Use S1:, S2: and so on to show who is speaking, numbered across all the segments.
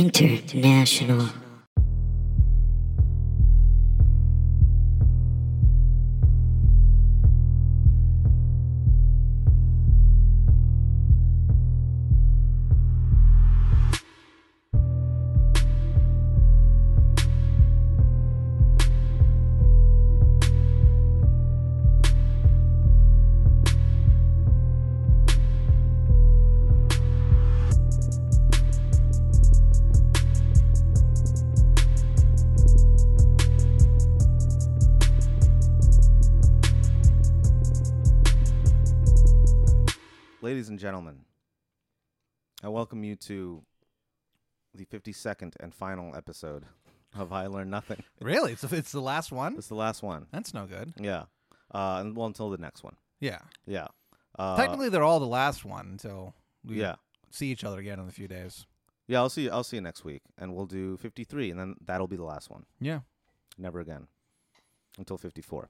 S1: International.
S2: Ladies and gentlemen, I welcome you to the 52nd and final episode of I Learned Nothing.
S3: Really? It's it's the last one.
S2: It's the last one.
S3: That's no good.
S2: Yeah. Uh, and- well, until the next one.
S3: Yeah.
S2: Yeah. Uh,
S3: Technically, they're all the last one until we
S2: Yeah.
S3: see each other again in a few days.
S2: Yeah. I'll see. I'll see you next week, and we'll do 53, and then that'll be the last one.
S3: Yeah.
S2: Never again. Until 54.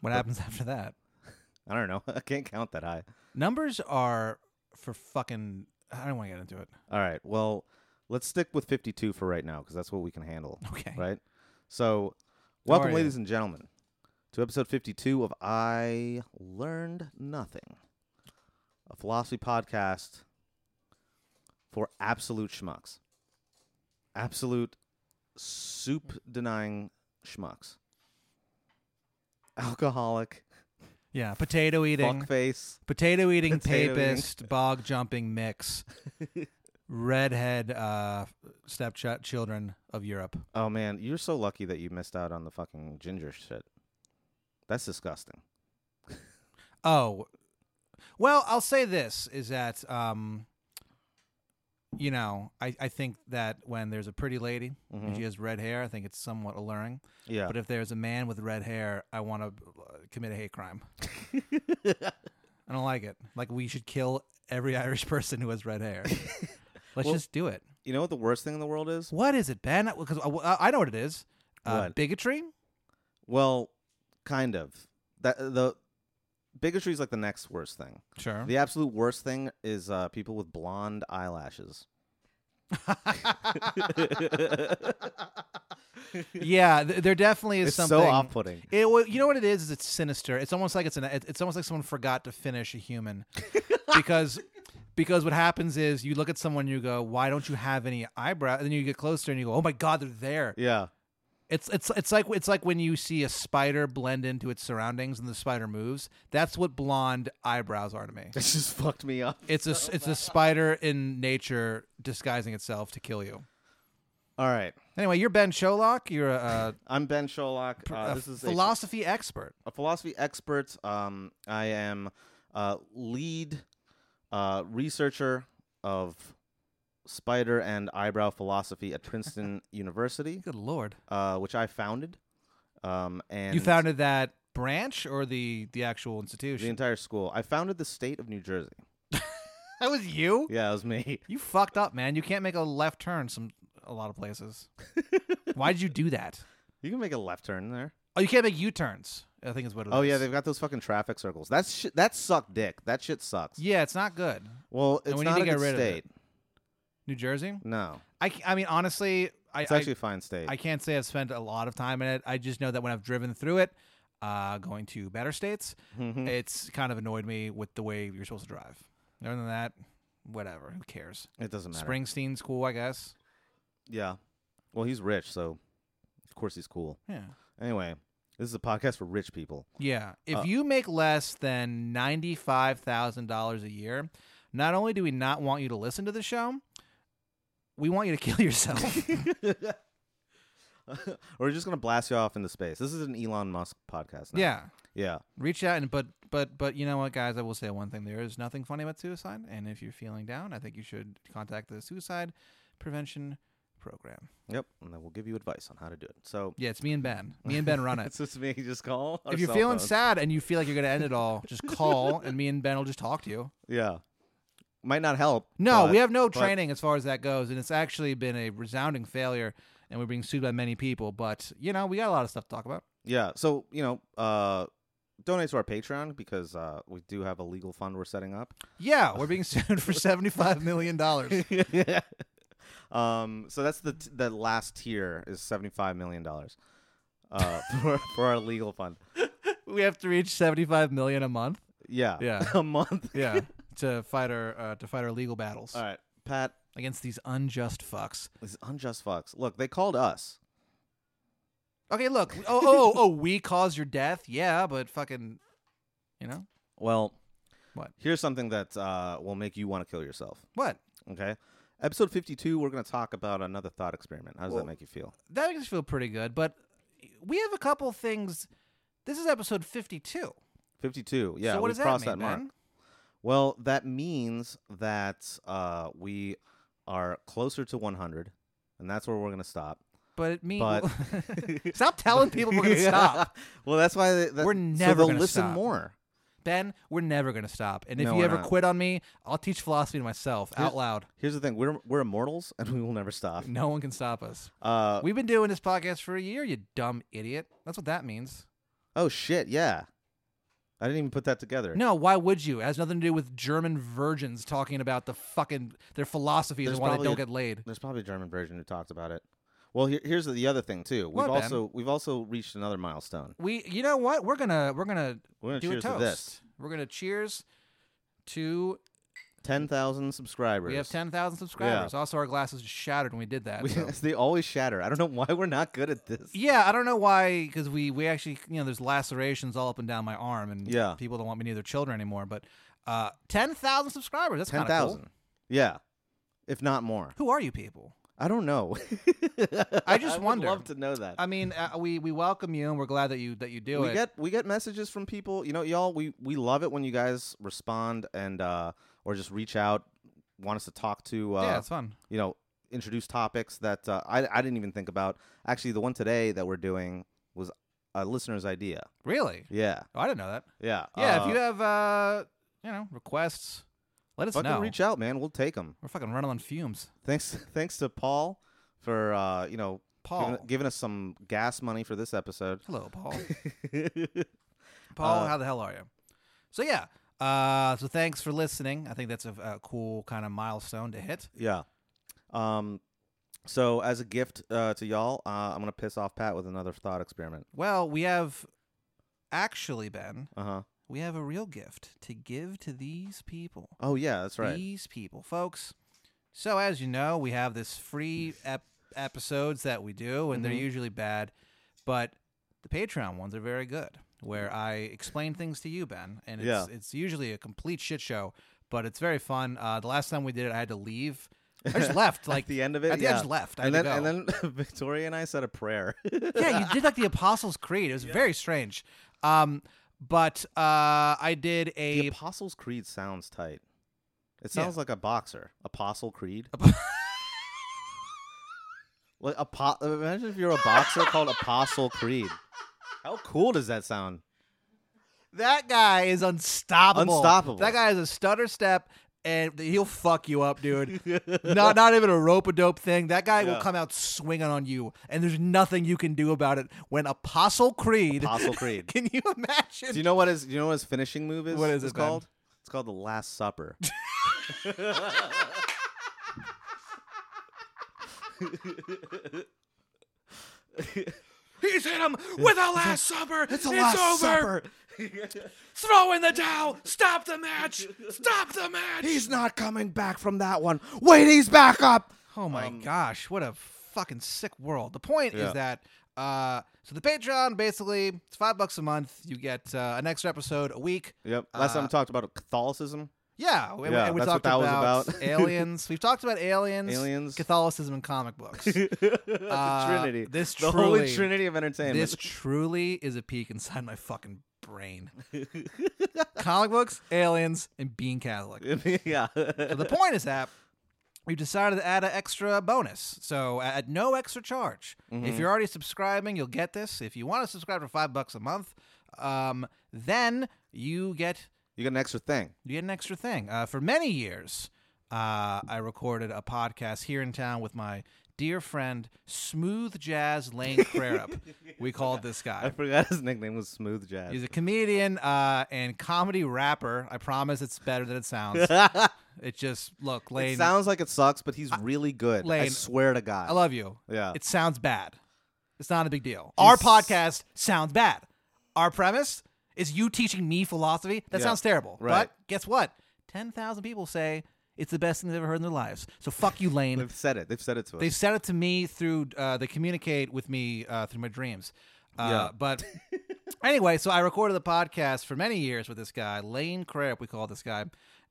S3: What happens after that?
S2: I don't know. I can't count that high.
S3: Numbers are for fucking. I don't want to get into it.
S2: All right. Well, let's stick with 52 for right now because that's what we can handle.
S3: Okay.
S2: Right. So, welcome,
S3: are
S2: ladies and gentlemen, to episode 52 of I Learned Nothing, a philosophy podcast for absolute schmucks, absolute soup denying schmucks, alcoholic,
S3: Yeah. Potato eating.
S2: fuckface,
S3: Potato eating.
S2: Potato eating.
S3: papist. Bog jumping mix. redhead uh, stepchild children of Europe.
S2: Oh man, you're so lucky that you missed out on the fucking ginger shit. That's disgusting.
S3: Oh, well, I'll say this is that, um, you know, I, I think that when there's a pretty lady and she has red hair, I think it's somewhat alluring.
S2: Mm-hmm. Yeah.
S3: But if there's a man with red hair, I want to uh, commit a hate crime. I don't like it. Like we should kill every Irish person who has red hair. Let's
S2: Well-
S3: just do it.
S2: you know what the worst thing in the world is?
S3: What is it, Ben? Because I, I- I know what it is. Uh,
S2: What?
S3: Bigotry.
S2: Well, kind of. That uh, the bigotry is like the next worst thing.
S3: Sure.
S2: The absolute worst thing is uh, people with blonde eyelashes.
S3: yeah, th- there definitely is
S2: It's
S3: something
S2: so off-putting.
S3: It, well, you know what it is? Is it's sinister. It's almost like it's an. it- It's almost like someone forgot to finish a human, because because what happens is you look at someone, and you go, "Why don't you have any eyebrow?" And then you get closer, and you go, "Oh my God, they're there."
S2: Yeah.
S3: It's it's it's like it's like when you see a spider blend into its surroundings, and the spider moves. That's what blonde eyebrows are to me.
S2: It just fucked me up.
S3: It's a it's a spider in nature disguising itself to kill you.
S2: All right.
S3: Anyway, you're Ben Sholok. You're a,
S2: I'm Ben Sholok.
S3: a,
S2: Uh,
S3: a
S2: this is a
S3: philosophy expert.
S2: a philosophy expert. Um, I am uh, lead uh, researcher of spider and eyebrow philosophy at Princeton University,
S3: Good lord!
S2: uh, which I founded. Um, and
S3: you founded that branch or the the actual
S2: the
S3: institution?
S2: entire school. I founded the state of New Jersey.
S3: that was you.
S2: Yeah, it was me.
S3: You fucked up, man. You can't make a left turn some a lot of places. Why did you do that?
S2: You can make a left turn there.
S3: Oh, you can't make U turns. I think is what it is.
S2: Oh yeah, they've got those fucking traffic circles. That's sh- that sucked dick. That shit sucks.
S3: yeah, it's not good.
S2: Well,
S3: And
S2: it's
S3: we need
S2: not
S3: to
S2: a
S3: get
S2: good
S3: rid of
S2: state.
S3: it. New Jersey.
S2: No,
S3: I, c- I mean honestly, I
S2: it's
S3: I,
S2: actually a fine state.
S3: I can't say I've spent a lot of time in it. I just know that when I've driven through it, uh, going to better states,
S2: Mm-hmm. Mm.
S3: it's kind of annoyed me with the way you're supposed to drive. Other than that, whatever. Who cares?
S2: it doesn't matter.
S3: Springsteen's cool, I guess.
S2: Yeah. Well, he's rich, so of course he's cool.
S3: Yeah.
S2: Anyway, this is a podcast for rich people.
S3: Yeah. If
S2: Uh,
S3: you make less than $95,000 a year, not only do we not want you to listen to the show, we want you to kill yourself.
S2: We're just gonna blast you off into space. This is an Elon Musk podcast. Now.
S3: yeah.
S2: Yeah.
S3: Reach out and but but but you know what guys, I will say one thing. There is nothing funny about suicide, and if you're feeling down, I think you should contact the suicide prevention program.
S2: Yep. And then we'll give you advice on how to do it. So
S3: Yeah, it's me and Ben. Me and Ben run it.
S2: it's just me. Just call. our
S3: if you're
S2: cell
S3: feeling
S2: phones.
S3: sad and you feel like you're gonna end it all, just call and me and Ben will just talk to you.
S2: yeah, might not help.
S3: No,
S2: but-
S3: we have no
S2: but-
S3: training as far as that goes, and it's actually been a resounding failure, and we're being sued by many people. But you know, we got a lot of stuff to talk about.
S2: Yeah. So you know, uh, donate to our Patreon because uh, we do have a legal fund we're setting up.
S3: Yeah, we're being sued for seventy-five million dollars.
S2: yeah. Um, so that's the t- the last tier is seventy five million dollars uh, for for our legal fund.
S3: we have to reach 75 million a month.
S2: Yeah,
S3: Yeah.
S2: a month.
S3: Yeah, to fight our uh, to fight our legal battles
S2: All right, Pat.
S3: against these unjust fucks.
S2: These unjust fucks. Look, they called us.
S3: Okay, look. Oh, oh, oh, we caused your death. Yeah, but fucking, you know
S2: Well,
S3: What?
S2: Here's something that uh, will make you want to kill yourself.
S3: what?
S2: Okay. Episode 52, we're going to talk about another thought experiment. How does
S3: Well-
S2: that make you feel?
S3: That makes us feel pretty good. But we have a couple things. This is episode 52.
S2: 52. Yeah,
S3: so what
S2: we
S3: does that
S2: crossed
S3: mean,
S2: mark.
S3: Ben?
S2: Well, that means that uh, we are closer to 100, and that's where we're going to stop.
S3: But it means
S2: But-
S3: stop telling people we're gonna stop.
S2: Well, that's why they, that,
S3: We're
S2: so
S3: never
S2: they'll
S3: gonna
S2: listen
S3: stop.
S2: more.
S3: Ben, we're never gonna stop. And if
S2: No,
S3: you
S2: we're
S3: ever
S2: not.
S3: quit on me, I'll teach philosophy to myself out loud.
S2: Here's the thing: we're we're immortals, and we will never stop.
S3: No one can stop us.
S2: Uh,
S3: We've been doing this podcast for a year, you dumb idiot. That's what that means.
S2: oh shit! Yeah, I didn't even put that together.
S3: No, why would you? It has nothing to do with German virgins talking about the fucking their philosophies
S2: There's
S3: and why they
S2: probably
S3: don't
S2: a-
S3: get laid.
S2: There's probably a German version who talked about it. Well, here, here's the other thing too. We've
S3: What, Ben?
S2: also we've also reached another milestone.
S3: We, you know what? We're gonna we're gonna
S2: We're gonna
S3: do
S2: cheers
S3: a
S2: to
S3: toast.
S2: this.
S3: We're gonna cheers to.
S2: Ten thousand subscribers.
S3: We have ten thousand subscribers. Also, our glasses just shattered when we did that.
S2: We-
S3: so-
S2: they always shatter. I don't know why we're not good at this.
S3: Yeah, I don't know why, because we we actually you know there's lacerations all up and down my arm, and
S2: Yeah.
S3: people don't want me near their children anymore. But uh, ten thousand subscribers, that's
S2: Ten
S3: kind of cool.
S2: thousand. Yeah, if not more.
S3: Who are you people?
S2: I don't know.
S3: I just
S2: would
S3: wonder.
S2: love to know that.
S3: I mean, uh, we we welcome you, and we're glad that you that you do
S2: we
S3: it.
S2: get we get messages from people. You know, y'all. We we love it when you guys respond and uh or just reach out, want us to talk to. Uh,
S3: yeah, it's fun.
S2: you know, introduce topics that uh, I I didn't even think about. Actually, the one today that we're doing was a listener's idea.
S3: Really?
S2: Yeah,
S3: Oh, I didn't know that.
S2: yeah,
S3: Yeah,
S2: uh,
S3: if you have uh, you know requests, let us
S2: fucking
S3: know.
S2: reach out, man. We'll take them.
S3: we're fucking running on fumes.
S2: Thanks, thanks to Paul for uh, you know
S3: Paul,
S2: Giving, giving us some gas money for this episode.
S3: hello, Paul. Paul,
S2: Uh,
S3: how the hell are you? So yeah, uh, so thanks for listening. I think that's a, a cool kind of milestone to hit.
S2: yeah. Um. So as a gift uh, to y'all, uh, I'm gonna piss off Pat with another thought experiment.
S3: Well, we have actually, Ben,
S2: Uh huh.
S3: we have a real gift to give to these people.
S2: Oh yeah, that's right.
S3: These people, folks. So, as you know, we have this free ep- episodes that we do, and they're
S2: Mhm.
S3: usually bad, but the Patreon ones are very good, where I explain things to you, Ben, and it's it's usually a complete shit show, but it's very fun. Uh, the last time we did it, I had to leave. I just left, like
S2: at the end of it,
S3: at the
S2: yeah.
S3: end, I just left. I
S2: and
S3: had
S2: then
S3: to go.
S2: and then Victoria and I said a prayer.
S3: yeah, you did like the Apostles' Creed. It was very strange. Um, but uh, I did
S2: the
S3: a
S2: Apostles' Creed sounds tight. It sounds like a boxer. Apostle Creed.
S3: Apo-
S2: like apo- imagine if you're a boxer called Apostle Creed. How cool does that sound?
S3: that guy is unstoppable.
S2: Unstoppable.
S3: That guy has a stutter step, and he'll fuck you up, dude. not not even a rope a dope thing. That guy will
S2: Yeah.
S3: come out swinging on you, and there's nothing you can do about it. When Apostle Creed,
S2: Apostle Creed.
S3: can you imagine?
S2: Do you know what his? Do you know what his finishing move is?
S3: What is
S2: it's
S3: it, Ben?
S2: called? It's called the Last Supper.
S3: He's hit him with a Last Supper. It's, Throw in the towel. Stop the match. Stop the match.
S2: He's not coming back from that one. Wait, he's back up.
S3: Oh my gosh, what a fucking sick world. The point
S2: Yeah.
S3: is that uh so the Patreon basically it's 5 bucks a month, you get uh, an extra episode a week.
S2: Yep. Last time
S3: Uh,
S2: we talked about Catholicism.
S3: Yeah, we,
S2: Yeah,
S3: and we
S2: that's what
S3: talked
S2: that was
S3: about,
S2: about.
S3: aliens. We've talked about aliens,
S2: Aliens.
S3: Catholicism and comic books.
S2: the
S3: Uh,
S2: Trinity.
S3: this
S2: the
S3: truly-
S2: Holy Trinity of entertainment.
S3: this truly is a peek inside my fucking brain. comic books, aliens and being Catholic.
S2: yeah.
S3: So the point is that we've decided to add an extra bonus. So at no extra charge. If you're already subscribing, you'll get this. If you want to subscribe for five bucks a month, um, then you get
S2: you got an extra thing.
S3: you get an extra thing. Uh, for many years, uh, I recorded a podcast here in town with my dear friend Smooth Jazz Lane Crarup. we called this guy.
S2: I forgot his nickname was Smooth Jazz.
S3: He's a comedian uh, and comedy rapper. I promise it's better than it sounds. It just look, Lane.
S2: It sounds like it sucks, but he's really good. I
S3: Lane,
S2: swear to God.
S3: I love you.
S2: Yeah.
S3: It sounds bad. It's not a big deal. Our podcast sounds bad. Our premise is you teaching me philosophy. That
S2: Yeah.
S3: sounds terrible.
S2: Right.
S3: But guess what? 10,000 people say it's the best thing they've ever heard in their lives. So fuck you, Lane.
S2: They've said it. They've said it to us.
S3: They've said it to me through. Uh, they communicate with me uh, through my dreams. Uh,
S2: Yeah.
S3: But anyway, so I recorded the podcast for many years with this guy, Lane Crip. We call this guy,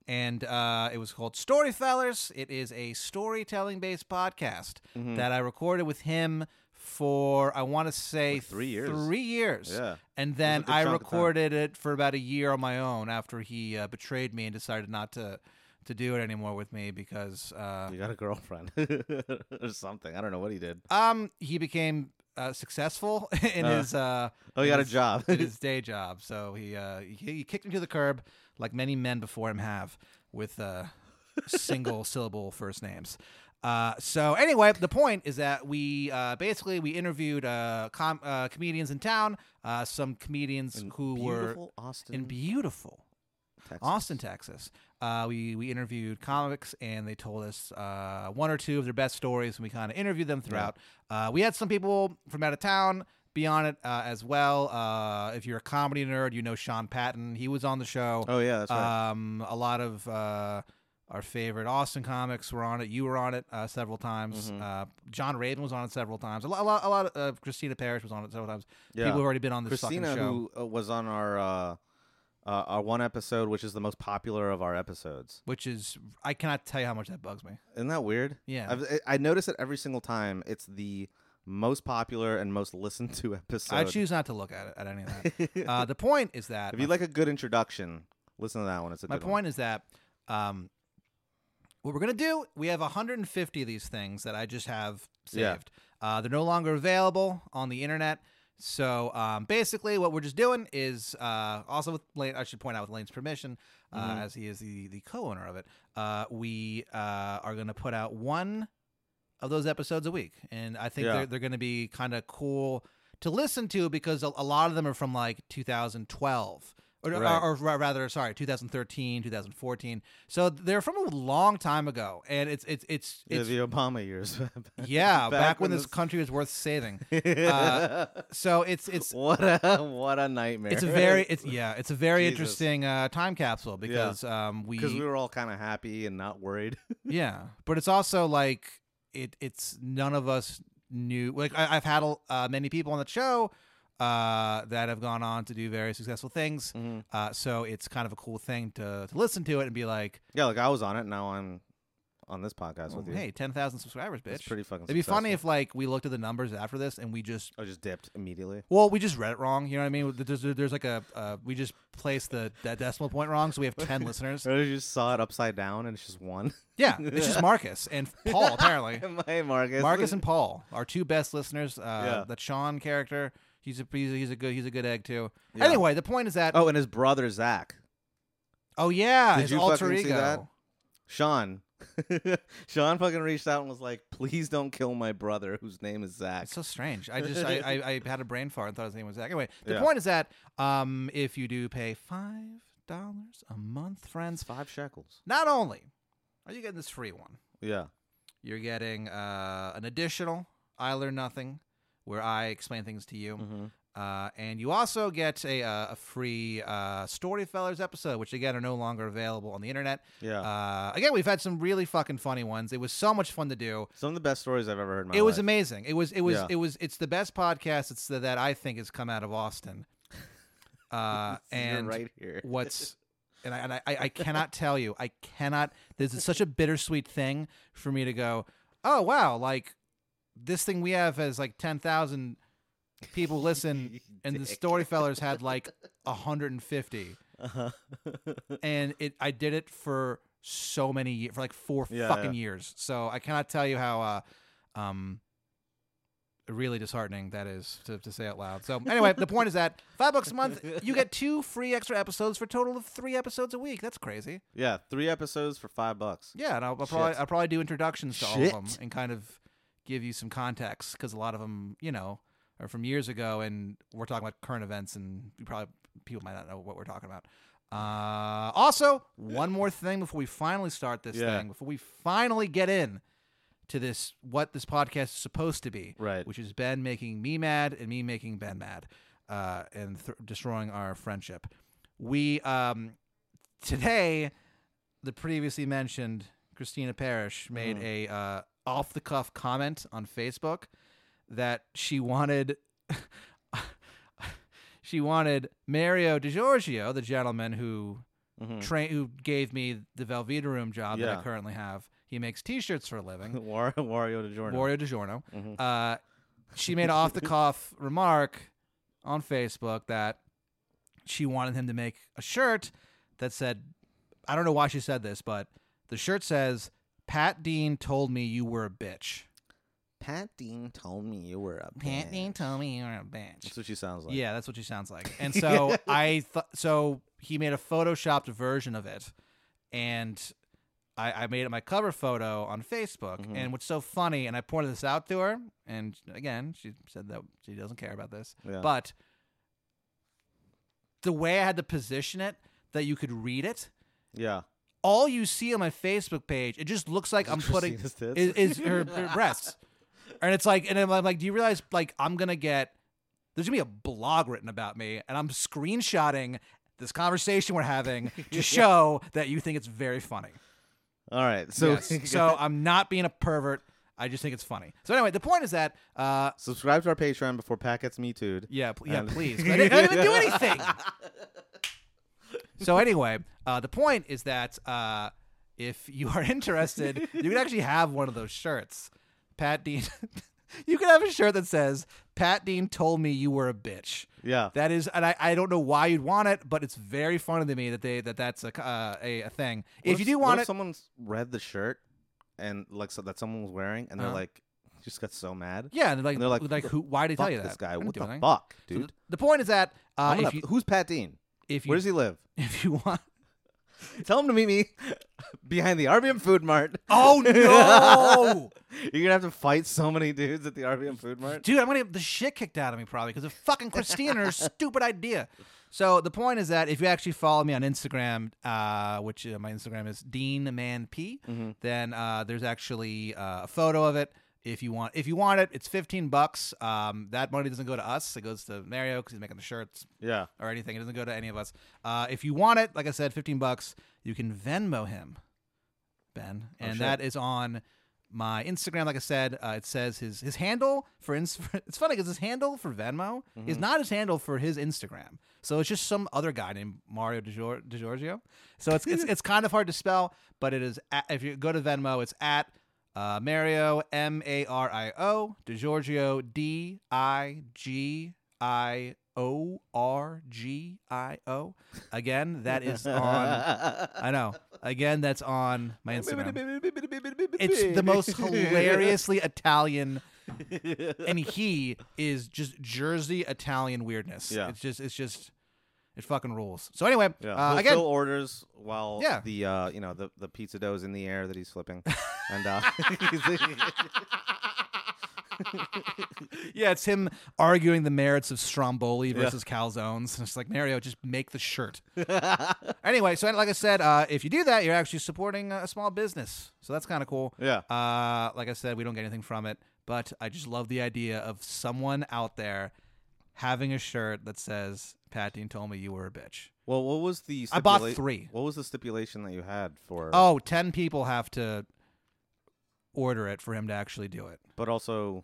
S3: and uh, it was called Story Fellers. It is a storytelling based podcast
S2: Mm-hmm.
S3: that I recorded with him for I want to say
S2: Like three years.
S3: Three years.
S2: Yeah.
S3: And then
S2: good
S3: I
S2: chunk of time.
S3: recorded it for about a year on my own after he uh, betrayed me and decided not to to do it anymore with me because. Uh,
S2: you got a girlfriend or something. I don't know what he did.
S3: um, he became uh, successful in
S2: Uh,
S3: his uh,
S2: Oh, he
S3: in
S2: got a
S3: his-
S2: job.
S3: in his day job. So he uh, he, he kicked him to the curb, like many men before him have, with uh, single syllable first names. Uh, so anyway, the point is that we uh, basically we interviewed uh, com- uh, comedians in town, uh, some comedians who were
S2: Beautiful Austin,
S3: in beautiful
S2: Texas.
S3: Austin, Texas. Uh, we we interviewed comics, and they told us uh, one or two of their best stories, and we kind of interviewed them throughout. Uh, we had some people from out of town be on it uh, as well. Uh, if you're a comedy nerd, you know Sean Patton. He was on the show.
S2: Oh yeah, that's right.
S3: Um, a lot of uh, our favorite Austin comics were on it. You were on it uh, several times.
S2: Mm-hmm.
S3: Uh, John Raven was on it several times. A lot, a lot, a lot of uh, Christina Parrish was on it several times.
S2: Yeah.
S3: People who've already been on this
S2: Christina,
S3: fucking show.
S2: who uh, was on our uh, uh, our one episode, which is the most popular of our episodes.
S3: which is, I cannot tell you how much that bugs me.
S2: Isn't that weird?
S3: Yeah.
S2: I've, I- I notice it every single time. It's the most popular and most listened to episode.
S3: I choose not to look at it at any of that. uh, the point is that
S2: if you like a good introduction, listen to that one. It's a
S3: my
S2: good
S3: point is that um, what we're gonna do. We have 150 of these things that I just have saved.
S2: Yeah.
S3: Uh, they're no longer available on the internet. So um, basically, what we're just doing is uh, also with Lane. I should point out with Lane's permission, uh,
S2: Mm-hmm.
S3: as he is the the co-owner of it. Uh, we uh, are gonna put out one of those episodes a week, and I think
S2: Yeah.
S3: they're they're gonna be kind of cool to listen to because a, a lot of them are from like 2012 or, or-
S2: Right.
S3: or, ra- rather sorry 2013 2014 so they're from a long time ago and it's it's it's,
S2: one.
S3: it's
S2: Yeah, the Obama years.
S3: yeah back, when, this
S2: this-
S3: country was worth saving uh, so it's it's
S2: what a what a nightmare.
S3: it's a very it's yeah it's a very
S2: Jesus.
S3: interesting uh, time capsule because um we,
S2: because we were all kind of happy and not worried.
S3: yeah but it's also like it it's none of us knew like I, i've had uh, many people on the show uh, that have gone on to do very successful things Uh, so it's kind of a cool thing to, to listen to it and be like,
S2: Yeah, like I was on it. Now I'm on this podcast with you.
S3: Oh, hey, 10,000 subscribers, bitch.
S2: it's pretty fucking.
S3: It'd be funny
S2: successful.
S3: if like we looked at the numbers after this and we just,
S2: I just dipped immediately.
S3: well, we just read it wrong. You know what I mean? There's, there's like a, uh, we just placed the that decimal point wrong. So we have 10 listeners.
S2: Or you just saw it upside down and it's just one.
S3: Yeah. It's just Marcus and Paul, apparently.
S2: hey, Marcus.
S3: Marcus and Paul, our two best listeners. Uh,
S2: Yeah.
S3: That Sean character, he's a, he's a, he's a good, he's a good egg too.
S2: Yeah.
S3: Anyway, the point is that, oh,
S2: oh, and his brother Zach,
S3: yeah,
S2: Did
S3: his
S2: you
S3: alter
S2: fucking see
S3: ego.
S2: that? Sean. Sean fucking reached out and was like, "Please don't kill my brother, whose name is Zach."
S3: It's so strange. I just I, I, I had a brain fart and thought his name was Zach. Anyway, the
S2: Yeah.
S3: point is that um, if you do pay five dollars a month, friends,
S2: It's five shekels.
S3: not only are you getting this free one,
S2: Yeah,
S3: you're getting uh, an additional I learn nothing, where I explain things to you.
S2: Mm-hmm.
S3: Uh, and you also get a, uh, a free uh, Storyfellers episode, which again are no longer available on the internet.
S2: yeah.
S3: Uh, again, we've had some really fucking funny ones. It was so much fun to do
S2: Some of the best stories I've ever heard. In my
S3: it was
S2: life.
S3: amazing. It was it was
S2: Yeah.
S3: it was it's the best podcast it's that I think has come out of Austin. Uh,
S2: You're
S3: and
S2: right here.
S3: what's and I, and I I cannot tell you I cannot. This is such a bittersweet thing for me to go. Oh wow, like this thing we have has like ten thousand people listen, and the Storyfellers had like hundred and fifty,
S2: Uh-huh.
S3: and it I did it for so many years for like four
S2: Yeah,
S3: fucking
S2: yeah.
S3: years. So I cannot tell you how. Uh, um, really disheartening that is to, to say out loud. So anyway, the point is that five bucks a month, you get two free extra episodes for a total of three episodes a week. That's crazy.
S2: yeah, three episodes for five bucks.
S3: Yeah, and I'll, I'll probably
S2: Shit.
S3: I'll probably do introductions to all of them
S2: Shit.
S3: and kind of give you some context because a lot of them, you know, are from years ago, and we're talking about current events, and you probably people might not know what we're talking about. Uh, also, one more thing before we finally start this
S2: Yeah.
S3: thing, before we finally get in to this, what this podcast is supposed to be,
S2: Right.
S3: Which is Ben making me mad and me making Ben mad, uh, and th- destroying our friendship. We um, today, the previously mentioned Christina Parrish made a uh, off the cuff comment on Facebook that she wanted she wanted Mario DiGiorgio, the gentleman who
S2: Mhm.
S3: tra- who gave me the Velveeta room job that
S2: Yeah.
S3: I currently have. He makes T-shirts for a living.
S2: War- Wario to Jordan.
S3: Mario DiGiorno.
S2: Mhm.
S3: Uh, she made an off the cuff remark on Facebook that she wanted him to make a shirt that said, I don't know why she said this, but the shirt says, "Pat Dean told me you were a bitch."
S2: Pat Dean told me you were a bitch.
S3: told me you were a bitch.
S2: That's what she sounds like.
S3: yeah, that's what she sounds like. And so I thought so he made a photoshopped version of it, and I, I made it my cover photo on Facebook.
S2: Mhm.
S3: And what's so funny, and I pointed this out to her, and again she said that she doesn't care about this,
S2: Yeah.
S3: but the way I had to position it that you could read it.
S2: yeah.
S3: All you see on my Facebook page, it just looks like I'm putting
S2: Christina's tits.
S3: is, is her, her breasts. And it's like, and I'm like, do you realize like I'm gonna get there's gonna be a blog written about me, and I'm screenshotting this conversation we're having to show that you think it's very funny.
S2: All right. So
S3: So, so I'm not being a pervert. I just think it's funny. So anyway, the point is that, uh,
S2: subscribe to our Patreon before Pat gets me too'd.
S3: yeah, pl- yeah,
S2: And-
S3: please. 'cause I didn't, I didn't do anything. so anyway, uh, the point is that uh, if you are interested, you can actually have one of those shirts. Pat Dean, you can have a shirt that says "Pat Dean told me you were a bitch."
S2: Yeah.
S3: That is, and I, I don't know why you'd want it, but it's very funny to me that they that that's a uh, a, a thing.
S2: What
S3: if, you do
S2: what
S3: want
S2: if
S3: it,
S2: someone's read the shirt and like so that someone was wearing, and they're
S3: Uh-huh.
S2: like, just got so mad.
S3: yeah, and they're like,
S2: they're like,
S3: like,
S2: "What
S3: who? Why did they
S2: fuck
S3: tell you that?
S2: this guy.
S3: I didn't
S2: What
S3: do
S2: the
S3: anything."
S2: fuck,
S3: So th-
S2: dude?
S3: the point is that uh,
S2: I'm
S3: if
S2: gonna-
S3: you
S2: who's Pat Dean?
S3: if you
S2: Where does he live?
S3: if you want
S2: Tell him to meet me behind the RBM Food Mart.
S3: Oh no,
S2: You're gonna have to fight so many dudes at the RBM Food Mart.
S3: dude! I'm gonna get the shit kicked out of me probably because of fucking Christina and her stupid idea. So the point is that if you actually follow me on Instagram, uh, which uh, my Instagram is DeanManP, then uh, there's actually uh, a photo of it. If you want, if you want it, it's 15 bucks. Um, that money doesn't go to us; it goes to Mario because he's making the shirts
S2: Yeah.
S3: or anything. It doesn't go to any of us. Uh, if you want it, like I said, 15 bucks, you can Venmo him, Ben. And
S2: shit.
S3: that is on my Instagram. Like I said, uh, it says his, his handle for, ins- It's funny because his handle for Venmo is not his handle for his Instagram. So it's just some other guy named Mario DiGior- DiGiorgio. So it's, it's, it's kind of hard to spell, but it is, at, if you go to Venmo, it's at uh, Mario, M A R I O, DiGiorgio, D I G I O R G I O. Again, that is on, I know. Again, that's on my Instagram. It's the most hilariously Italian, and he is just Jersey Italian weirdness.
S2: Yeah.
S3: It's just, it's just, it fucking rules. So anyway,
S2: Yeah.
S3: uh,
S2: He'll
S3: again,
S2: fill orders while
S3: Yeah.
S2: the uh, you know the, the pizza dough is in the air that he's flipping, and uh,
S3: yeah, it's him arguing the merits of Stromboli versus calzones, and it's like Mario, just make the shirt. anyway, so like I said, uh, if you do that, you're actually supporting a small business, so that's kind of cool.
S2: yeah,
S3: Uh, like I said, we don't get anything from it, but I just love the idea of someone out there having a shirt that says "Pat Dean told me you were a bitch."
S2: Well, what was the
S3: I bought
S2: stipula-
S3: three.
S2: What was the stipulation that you had for?
S3: Oh, 10 people have to order it for him to actually do it.
S2: but also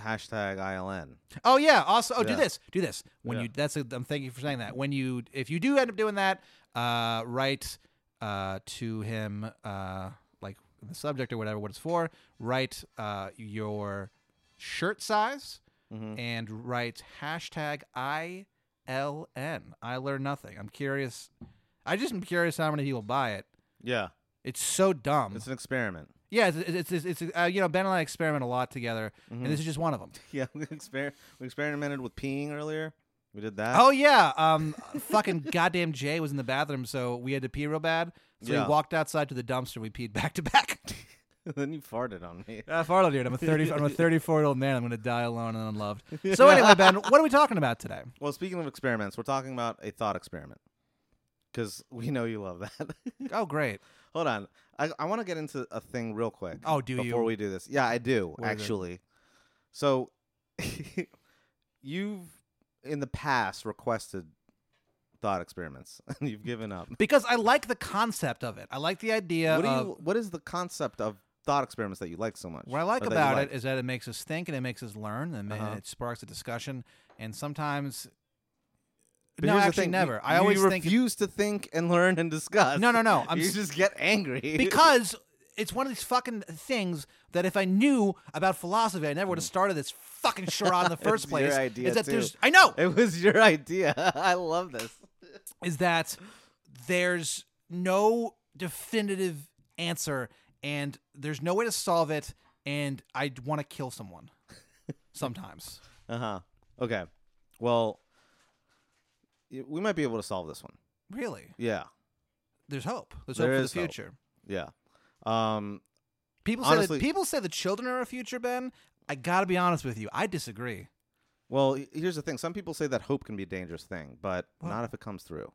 S2: hashtag ILN.
S3: Oh yeah. Also, oh,
S2: Yeah.
S3: do this. Do this. When
S2: Yeah.
S3: you that's a, I'm thank you for saying that. When you if you do end up doing that, uh, write uh to him uh like the subject or whatever what it's for. Write uh your shirt size
S2: Mm-hmm.
S3: and write hashtag I L N. I learn nothing. I'm curious. I just am curious how many people buy it.
S2: Yeah,
S3: It's so dumb.
S2: it's an experiment.
S3: yeah, it's it's it's, it's uh, you know Ben and I experiment a lot together,
S2: Mm-hmm.
S3: and this is just one of them.
S2: Yeah, we, exper- we experimented with peeing earlier. We did that.
S3: Oh yeah, um, fucking goddamn Jay was in the bathroom, so we had to pee real bad. So
S2: Yeah.
S3: we walked outside to the dumpster. We peed back to back.
S2: then you farted on me.
S3: I farted, dude. I'm a thirty. I'm a thirty-four year old man. I'm gonna die alone and unloved. So anyway, Ben, what are we talking about today?
S2: Well, speaking of experiments, we're talking about a thought experiment. because we know you love that.
S3: Oh, great.
S2: Hold on, I I want to get into a thing real quick.
S3: Oh, do
S2: before
S3: you?
S2: we do this. Yeah, I do
S3: What is it?
S2: actually. So, you've in the past requested thought experiments, and you've given up.
S3: because I like the concept of it. I like the idea
S2: what do
S3: of
S2: you? What is the concept of thought experiments that you like so much?
S3: uh, What I like
S2: or that you
S3: about
S2: like?
S3: it is that it makes us think and it makes us learn and,
S2: Uh-huh.
S3: and it sparks a discussion. And sometimes,
S2: But
S3: no,
S2: here's the
S3: actually,
S2: thing, you-
S3: never. I
S2: you
S3: always think
S2: refuse to think and learn and discuss.
S3: no, no, no. I'm
S2: you
S3: s-
S2: just get angry
S3: because it's one of these fucking things that if I knew about philosophy, I never would have started this fucking charade in the first
S2: Mm. It's your
S3: place.
S2: idea,
S3: is that
S2: too.
S3: there's I know
S2: it was your idea. I love this.
S3: is that there's no definitive answer and there's no way to solve it, and I want to kill someone sometimes.
S2: Uh huh. Okay. Well, y- we might be able to solve this one.
S3: Really,
S2: Yeah.
S3: there's hope. There's
S2: There
S3: hope for
S2: is
S3: the
S2: hope.
S3: future.
S2: Yeah. Um.
S3: People
S2: Honestly-
S3: say that, people say the children are our future, Ben. I gotta be honest with you. I disagree.
S2: Well, y- here's the thing. Some people say that hope can be a dangerous thing, but
S3: Well-
S2: not if it comes through.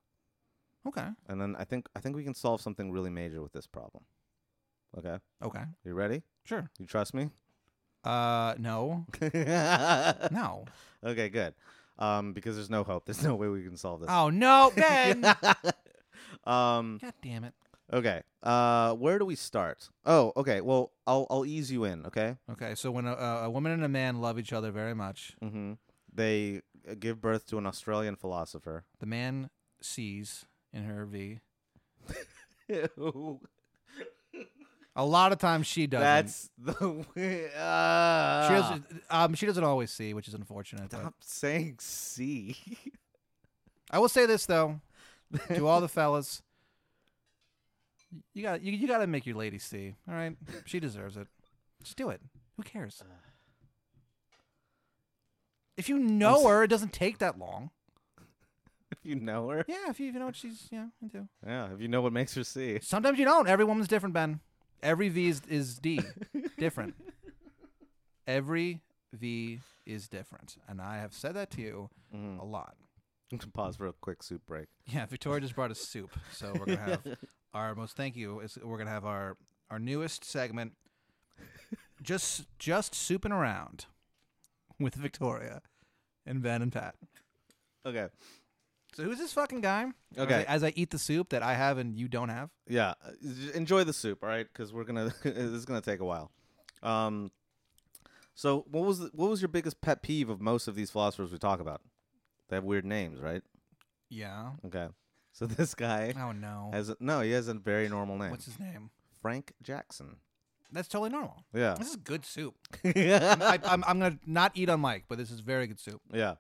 S3: Okay.
S2: And then I think I think we can solve something really major with this problem. Okay.
S3: Okay.
S2: You ready?
S3: Sure.
S2: You trust me?
S3: Uh, no,
S2: okay.
S3: no.
S2: Good. Um. Because there's no hope. There's no way we can solve this.
S3: Oh no, Ben. God
S2: um.
S3: damn it.
S2: Okay. Uh, where do we start? Oh, okay. Well, I'll I'll ease you in. Okay.
S3: Okay, so when a, a woman and a man love each other very much,
S2: Mm-hmm. They uh, give birth to an Australian philosopher.
S3: the man sees in her V. A lot of times she doesn't.
S2: That's the way. Uh,
S3: she doesn't. Um, she doesn't always see, which is unfortunate. but-
S2: Stop saying C.
S3: I will say this though, to all the fellas, you got you, you got to make your lady see. All right, she deserves it. Just do it. Who cares? If you know
S2: s-
S3: her, it doesn't take that long.
S2: if you know her.
S3: Yeah, if you, if you know what she's yeah into.
S2: Yeah. If you know what makes her C.
S3: Sometimes you don't. Every woman's different, Ben. Every V is, is D, different. Every V is different, and I have said that to you
S2: Mm.
S3: a lot.
S2: Pause for a quick soup break.
S3: Yeah, Victoria just brought us soup, so we're gonna have our most thank you. Is we're gonna have our our newest segment, just just souping around with Victoria and Ben and Pat.
S2: Okay.
S3: So who's this fucking guy? As I,
S2: Okay.
S3: as I eat the soup that I have and you don't have.
S2: Yeah, uh, j- enjoy the soup, all right? Because we're gonna this is gonna take a while. Um, so what was the, what was your biggest pet peeve of most of these philosophers we talk about? They have weird names, right?
S3: Yeah.
S2: Okay, so this guy
S3: Oh no.
S2: has a, no, he has a very normal name,
S3: What's his name?
S2: Frank Jackson.
S3: That's totally normal.
S2: Yeah,
S3: This is good soup. I, I'm, I'm gonna not eat on mic, but this is very good soup.
S2: yeah.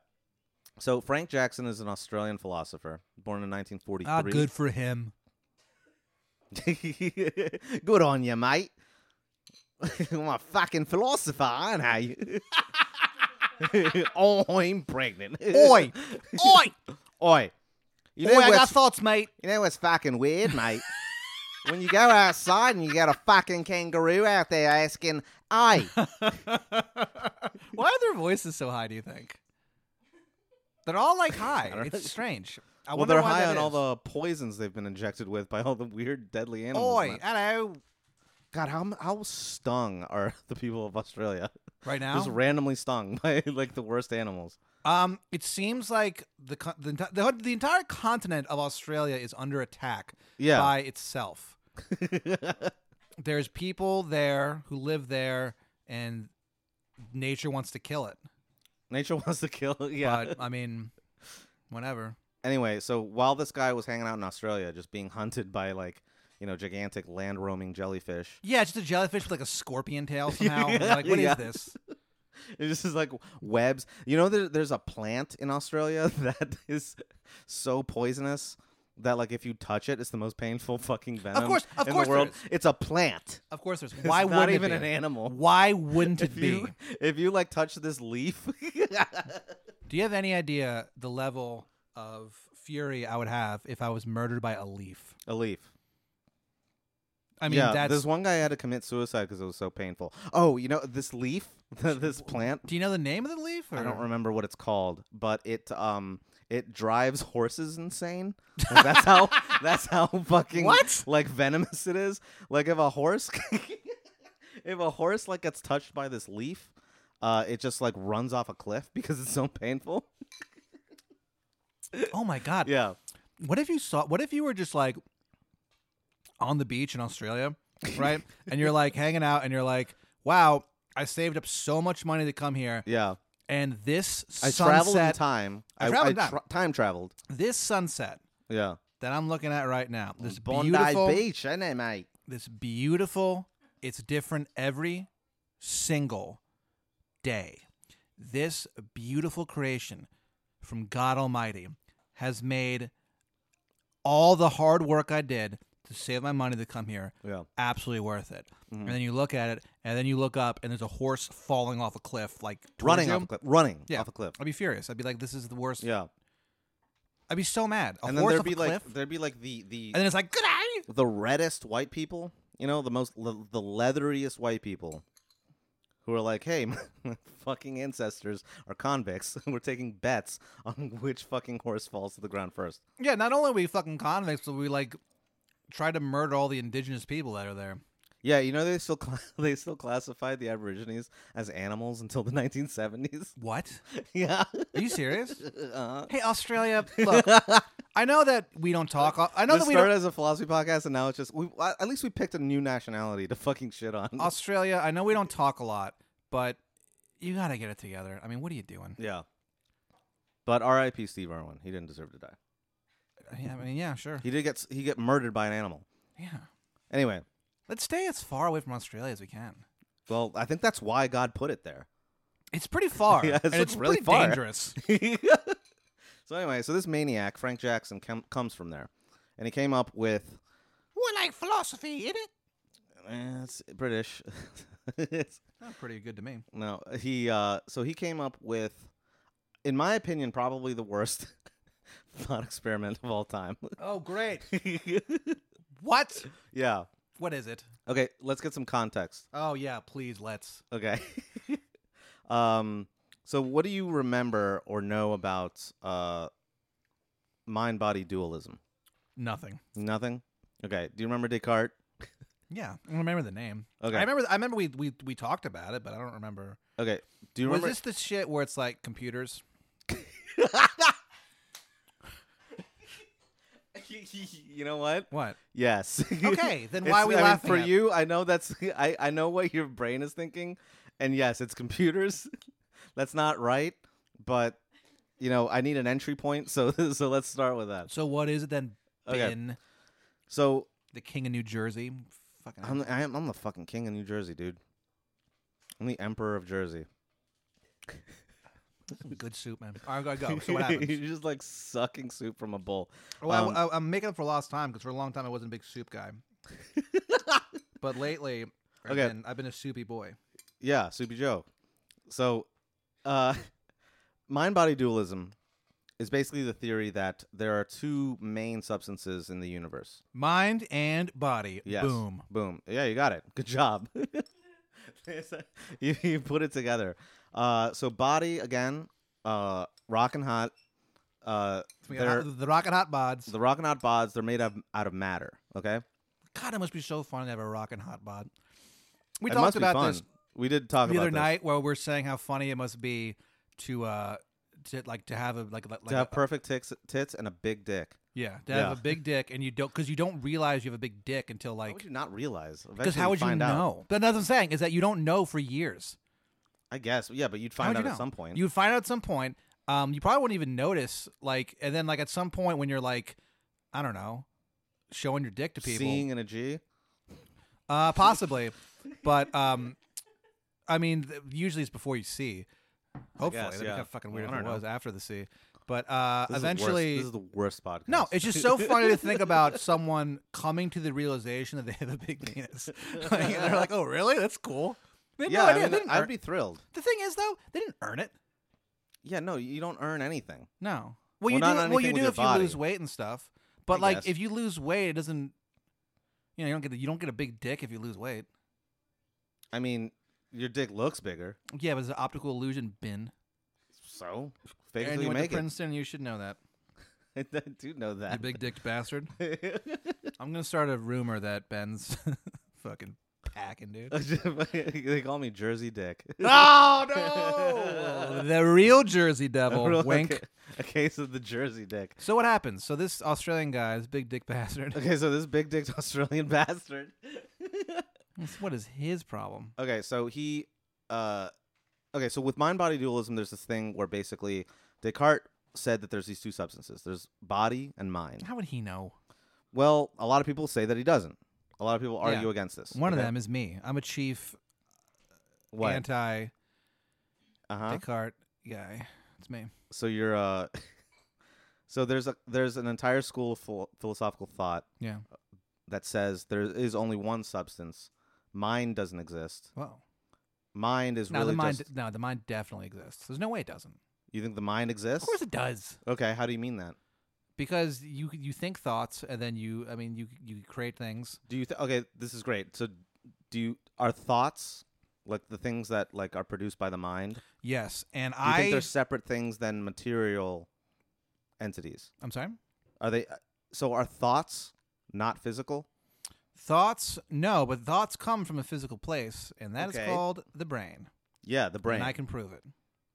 S2: So Frank Jackson is an Australian philosopher born in 1943.
S3: Ah, good for him.
S2: Good on you, mate. I'm a fucking philosopher, aren't I? I'm pregnant.
S3: Oi, oi,
S2: Oi. You
S3: oi!
S2: know,
S3: I got
S2: what's,
S3: thoughts, mate.
S2: you know what's fucking weird, mate? when you go outside and you got a fucking kangaroo out there asking, Oi.
S3: Why are their voices so high? Do you think? They're all like high. It's strange. I
S2: Well,
S3: wonder
S2: they're
S3: why
S2: high on
S3: that
S2: all
S3: is.
S2: the poisons they've been injected with by all the weird, deadly animals.
S3: Oi,
S2: man.
S3: hello.
S2: God, how, how stung are the people of Australia?
S3: Right
S2: Just
S3: now,
S2: randomly stung by like the worst animals.
S3: um, it seems like the con- the, enti- the the entire continent of Australia is under attack
S2: Yeah.
S3: by itself. There's people there who live there, and nature wants to kill it.
S2: Nature wants to kill. Yeah.
S3: But I mean, whatever.
S2: anyway, so while this guy was hanging out in Australia, just being hunted by like, you know, gigantic land roaming jellyfish,
S3: Yeah, it's just a jellyfish with like a scorpion tail somehow. You're like, what is
S2: Yeah.
S3: this?
S2: it's just is like webs. You know, there, there's a plant in Australia that is so poisonous that like if you touch it, it's the most painful fucking venom.
S3: course- of
S2: in
S3: course
S2: the
S3: there
S2: world.
S3: is.
S2: It's a plant.
S3: Of course, there's.
S2: It's
S3: Why
S2: not
S3: wouldn't
S2: even
S3: it
S2: an
S3: be?
S2: animal.
S3: Why wouldn't it
S2: If
S3: be?
S2: you, if you like touch this leaf,
S3: Do you have any idea the level of fury I would have if I was murdered by a leaf?
S2: a leaf.
S3: I mean,
S2: yeah,
S3: that's.
S2: this one guy had to commit suicide because it was so painful. Oh, you know this leaf, this plant.
S3: Do you know the name of the leaf? Or?
S2: I don't remember what it's called, but it um it drives horses insane. Like, that's how that's how fucking
S1: What?
S2: like venomous it is. Like if a horse if a horse like gets touched by this leaf, uh, it just like runs off a cliff because it's so painful.
S3: Oh my god.
S2: Yeah.
S3: What if you saw what if you were just like on the beach in Australia, right? and you're like hanging out and you're like, "Wow, I saved up so much money to come here
S2: Yeah.
S3: and this
S2: I traveled in
S3: sunset
S2: time.
S3: I traveled in
S2: tra- time traveled.
S3: this sunset
S2: Yeah.
S3: that I'm looking at right now. This
S2: Bondi
S3: beautiful
S2: Beach, ain't it, mate?
S3: this beautiful it's different every single day this beautiful creation from god almighty has made all the hard work i did to save my money to come here
S2: Yeah. Mm-hmm.
S3: absolutely worth it and then you look at it and then you look up and there's a horse falling off a cliff like towards
S2: Running
S3: you.
S2: off a cliff. Running
S3: Yeah.
S2: off a cliff.
S3: i'd be furious i'd be like this is the worst
S2: Yeah.
S3: i'd be so mad a
S2: and then
S3: horse
S2: there'd
S3: off a
S2: be like
S3: cliff
S2: there'd be like the the
S3: and then it's like "Good eye!"
S2: the reddest white people, you know, the most the, the leatheriest white people, who are like, "Hey, my, fucking ancestors are convicts. We're taking bets on which fucking horse falls to the ground first.
S3: Yeah, not only are we fucking convicts, but we like try to murder all the indigenous people that are there.
S2: Yeah, you know they still cla they still classified the Aborigines as animals until the 1970s.
S3: What?
S2: yeah,
S3: Are you serious?
S2: uh,
S3: hey, Australia, look. I know that we don't talk. I know
S2: this
S3: that we
S2: started
S3: don't,
S2: as a philosophy podcast, and now it's just we. At least we picked a new nationality to fucking shit on.
S3: Australia. I know we don't talk a lot, but you gotta get it together. I mean, what are you doing?
S2: yeah, but R.I.P. Steve Irwin. He didn't deserve to die.
S3: I mean, yeah, sure.
S2: He did get s- he get murdered by an animal.
S3: Yeah,
S2: Anyway,
S3: let's stay as far away from Australia as we can.
S2: Well, I think that's why God put it there.
S3: It's pretty far,
S2: Yeah, it's
S3: and it's
S2: really
S3: pretty
S2: far.
S3: dangerous.
S2: so anyway, so this maniac Frank Jackson com- comes from there, and he came up with
S3: we like philosophy, in it.
S2: eh, it's British. It's-
S3: Not pretty good to me.
S2: no, he uh, so he came up with, in my opinion, probably the worst thought experiment of all time.
S3: Oh, great. what?
S2: yeah.
S3: What is it?
S2: Okay, let's get some context.
S3: Oh yeah, please let's.
S2: Okay. um. So, what do you remember or know about uh, mind-body dualism?
S3: Nothing.
S2: Nothing. Okay. Do you remember Descartes?
S3: Yeah, I remember the name.
S2: Okay.
S3: I remember. I remember we we we talked about it, but I don't remember.
S2: Okay. Do you
S3: Was
S2: remember?
S3: this the shit where it's like computers?
S2: you know what?
S3: What?
S2: Yes.
S3: Okay, then
S2: It's-
S3: why are we
S2: I mean,
S3: laughing
S2: for
S3: at-
S2: you, I know that's. I I know what your brain is thinking, and yes, it's computers. that's not right, but you know, I need an entry point, so so let's start with that.
S3: So what is it then?
S2: Okay.
S3: Ben,
S2: So
S3: the king of New Jersey. Fucking.
S2: I'm I am, I'm the fucking king of New Jersey, dude. I'm the emperor of Jersey.
S3: good soup, man. All right, go. go. Oh, So what happens?
S2: You're just like sucking soup from a bowl.
S3: Well,
S2: Um,
S3: I, I, am making up for lost time because for a long time I wasn't a big soup guy, but lately, I've
S2: Okay.
S3: been, I've been a soupy boy.
S2: Yeah, Soupy Joe. So, uh, mind body dualism is basically the theory that there are two main substances in the universe.
S3: Mind and body.
S2: Yes.
S3: Boom.
S2: Boom. Yeah, you got it. Good job. you, you put it together. Uh, so, body, again, uh, rock and hot. Uh,
S3: We got
S2: they're-
S3: hot- the rocket hot bods.
S2: the rock and hot bods, they're made of, out of matter. Okay?
S3: God, it must be so fun to have a rockin' hot bod. We
S2: It
S3: talked
S2: must be
S3: about
S2: fun.
S3: this
S2: We did talk
S3: the
S2: about
S3: other
S2: this.
S3: night where we're saying how funny it must be to uh to like to have a like like, uh,
S2: To
S3: a-
S2: have perfect tits, tits and a big dick.
S3: yeah to
S2: yeah.
S3: have a big dick and you don't because you don't realize you have a big dick until
S2: How would
S3: like
S2: you not realize?
S3: because
S2: Eventually
S3: how would you
S2: find out.
S3: know? But that's what I'm saying is that you don't know for years.
S2: I guess. Yeah, but you'd
S3: How
S2: find
S3: would
S2: out
S3: you
S2: at
S3: know?
S2: some point.
S3: You would find out at some point. Um, you probably wouldn't even notice. Like, and then like at some point when you're like, I don't know, showing your dick to people,
S2: Seeing in a G.
S3: Uh, possibly, but um, I mean, th- usually it's before you see. Hopefully,
S2: guess,
S3: that'd be
S2: yeah.
S3: kind of fucking weird
S2: I
S3: if it
S2: don't know.
S3: was after the see. But uh,
S2: This is the worst-
S3: eventually,
S2: this is the worst podcast.
S3: no, it's just so funny to think about someone coming to the realization that they have a big penis. like, they're like, "Oh, really? That's cool." They had
S2: yeah,
S3: no
S2: I
S3: idea. They
S2: mean,
S3: didn't earn-
S2: I'd be thrilled.
S3: the thing is, though, they didn't earn it.
S2: Yeah, no, you don't earn anything.
S3: No.
S2: Well,
S3: Well, you
S2: not
S3: do. Well,
S2: anything
S3: you
S2: with
S3: do
S2: your
S3: if you lose
S2: body.
S3: weight and stuff. But
S2: I
S3: like,
S2: guess.
S3: if you lose weight, it doesn't. You know, you don't get the, you don't get a big dick if you lose weight.
S2: I mean, your dick looks bigger,
S3: Yeah, but it's an optical illusion. Bin.
S2: so fake
S3: Aaron,
S2: till you
S3: you went to
S2: make it.
S3: Princeton. You should know that.
S2: I do know
S3: You
S2: that.
S3: big dicked bastard. I'm gonna start a rumor that Ben's fucking packing, dude.
S2: they call me Jersey Dick.
S3: oh no! the real Jersey Devil. Oh, Wink.
S2: A, ca- a case of the Jersey Dick.
S3: So what happens? So this Australian guy, this big dick bastard.
S2: Okay, so this big dick Australian bastard.
S3: what is his problem?
S2: Okay, so he, uh, okay, so with mind body dualism, there's this thing where basically Descartes said that there's these two substances. There's body and mind.
S3: How would he know?
S2: Well, a lot of people say that he doesn't. A lot of people argue
S3: Yeah.
S2: against this.
S3: One
S2: okay?
S3: of them is me. I'm a chief
S2: What?
S3: anti
S2: uh-huh.
S3: Descartes guy. It's me.
S2: So you're uh, so there's a there's an entire school of phil- philosophical thought
S3: Yeah.
S2: that says there is only one substance. Mind doesn't exist.
S3: Well,
S2: Mind is
S3: now
S2: really
S3: the mind.
S2: just.
S3: No, the mind definitely exists. There's no way it doesn't.
S2: You think the mind
S3: Of
S2: exists?
S3: course it does.
S2: Okay, how do you mean that?
S3: Because you you think thoughts and then you I mean you you create things.
S2: Do you th- okay? This is great. So, do you are thoughts like the things that like are produced by the mind? Do you
S3: Yes, and
S2: think
S3: I
S2: they're separate things than material entities?
S3: I'm sorry.
S2: Are they? uh, So are thoughts not physical?
S3: Thoughts? No, but thoughts come from a physical place, and that is
S2: Okay.
S3: called the brain.
S2: Yeah, the brain.
S3: And I can prove it.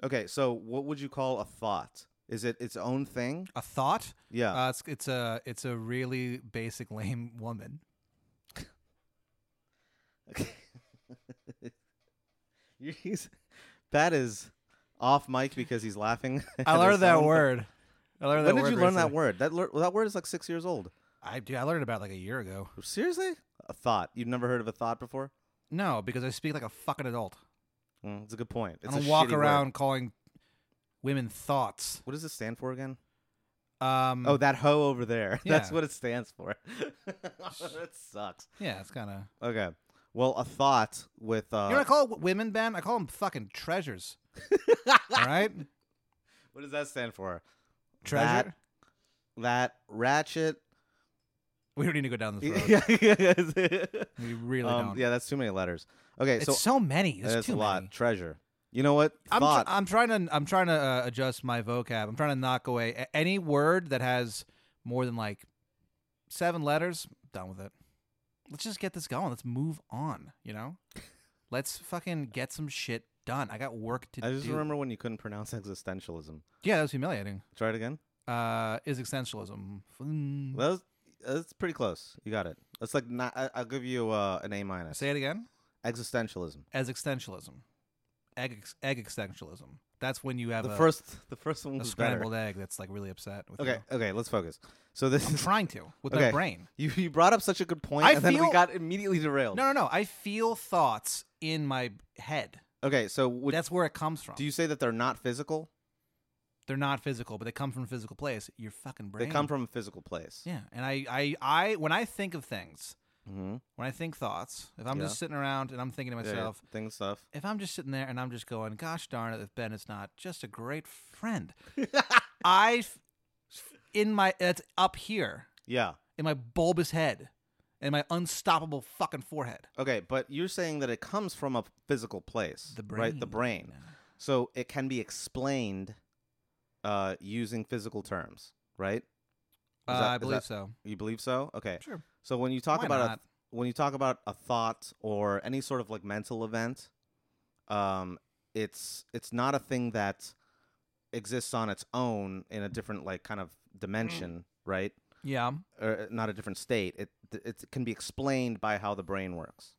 S2: Okay, so what would you call a thought? Is it its own thing?
S3: A thought?
S2: Yeah.
S3: Uh, it's it's a it's a really basic lame woman.
S2: He's- that is off mic because he's laughing.
S3: I
S2: at
S3: learned that
S2: someone-
S3: word. I learned
S2: When did
S3: that word
S2: you learn that
S3: recently.
S2: word? That lear- that word is like six years old.
S3: I dude, I learned it about like a year ago.
S2: Seriously? A thought. You've never heard of a thought before?
S3: No, because I speak like a fucking adult.
S2: Mm, it's a good point. It's
S3: I don't
S2: a shitty
S3: walk
S2: word.
S3: around calling women thoughts.
S2: What does it stand for again?
S3: Um,
S2: Oh, that hoe over there. That's
S3: Yeah.
S2: what it stands for. that sucks.
S3: yeah, it's kind of.
S2: Okay. Well, a thought with uh,
S3: you know what I call w- women, Ben? I call them fucking treasures. All right,
S2: what does that stand for?
S3: treasure.
S2: That ratchet.
S3: We don't need to go down this road.
S2: yeah, yeah, yeah.
S3: We really
S2: Um,
S3: don't.
S2: yeah, that's too many letters. Okay,
S3: it's
S2: so
S3: so, many. It's
S2: that's
S3: too
S2: a lot.
S3: many.
S2: Treasure. You know what?
S3: I'm, tr-
S2: Thought.
S3: I'm trying to I'm trying to uh, adjust my vocab. I'm trying to knock away a- any word that has more than like seven letters. Done with it. Let's just get this going. Let's move on. You know, let's fucking get some shit done. I got work to
S2: I just
S3: do.
S2: remember when you couldn't pronounce existentialism.
S3: yeah, that was humiliating.
S2: Try it again.
S3: Uh, is existentialism? Mm.
S2: That was, that's pretty close. You got it. That's like not. I, I'll give you uh, an A minus.
S3: Say it again.
S2: Existentialism.
S3: As existentialism, egg ex- egg existentialism. That's when you have
S2: The
S3: a,
S2: first. The first one
S3: a
S2: was better.
S3: scrambled egg that's like really upset. With
S2: Okay.
S3: you.
S2: Okay. Let's focus. So this
S3: I'm
S2: is
S3: trying to with
S2: Okay.
S3: my brain.
S2: you. You brought up such a good point,
S3: I
S2: and then we
S3: feel-
S2: got immediately derailed.
S3: No, no, no. I feel thoughts in my head.
S2: Okay. So would,
S3: That's where it comes from.
S2: do you say that they're not physical?
S3: They're not physical, but they come from a physical place. Your fucking brain.
S2: They come from a physical place.
S3: Yeah, and I, I, I, when I think of things,
S2: Mm-hmm.
S3: when I think thoughts, if I'm
S2: Yeah.
S3: just sitting around and I'm thinking to myself,
S2: Things stuff.
S3: if I'm just sitting there and I'm just going, gosh darn it, if Ben is not just a great friend, I, f- in my, that's up here
S2: Yeah.
S3: in my bulbous head, in my unstoppable fucking forehead.
S2: Okay, but you're saying that it comes from a physical place,
S3: The
S2: right? The
S3: brain.
S2: brain. So it can be explained uh, using physical terms, right? Is
S3: Uh,
S2: that-
S3: I
S2: is
S3: believe
S2: that-
S3: so.
S2: You believe so? Okay.
S3: Sure.
S2: So when you talk
S3: Why
S2: about a,
S3: not?
S2: when you talk about a thought or any sort of like mental event, um, it's it's not a thing that exists on its own in a different like kind of
S3: Mm.
S2: dimension, right?
S3: Yeah.
S2: Or uh, not a different state. It it can be explained by how the brain works.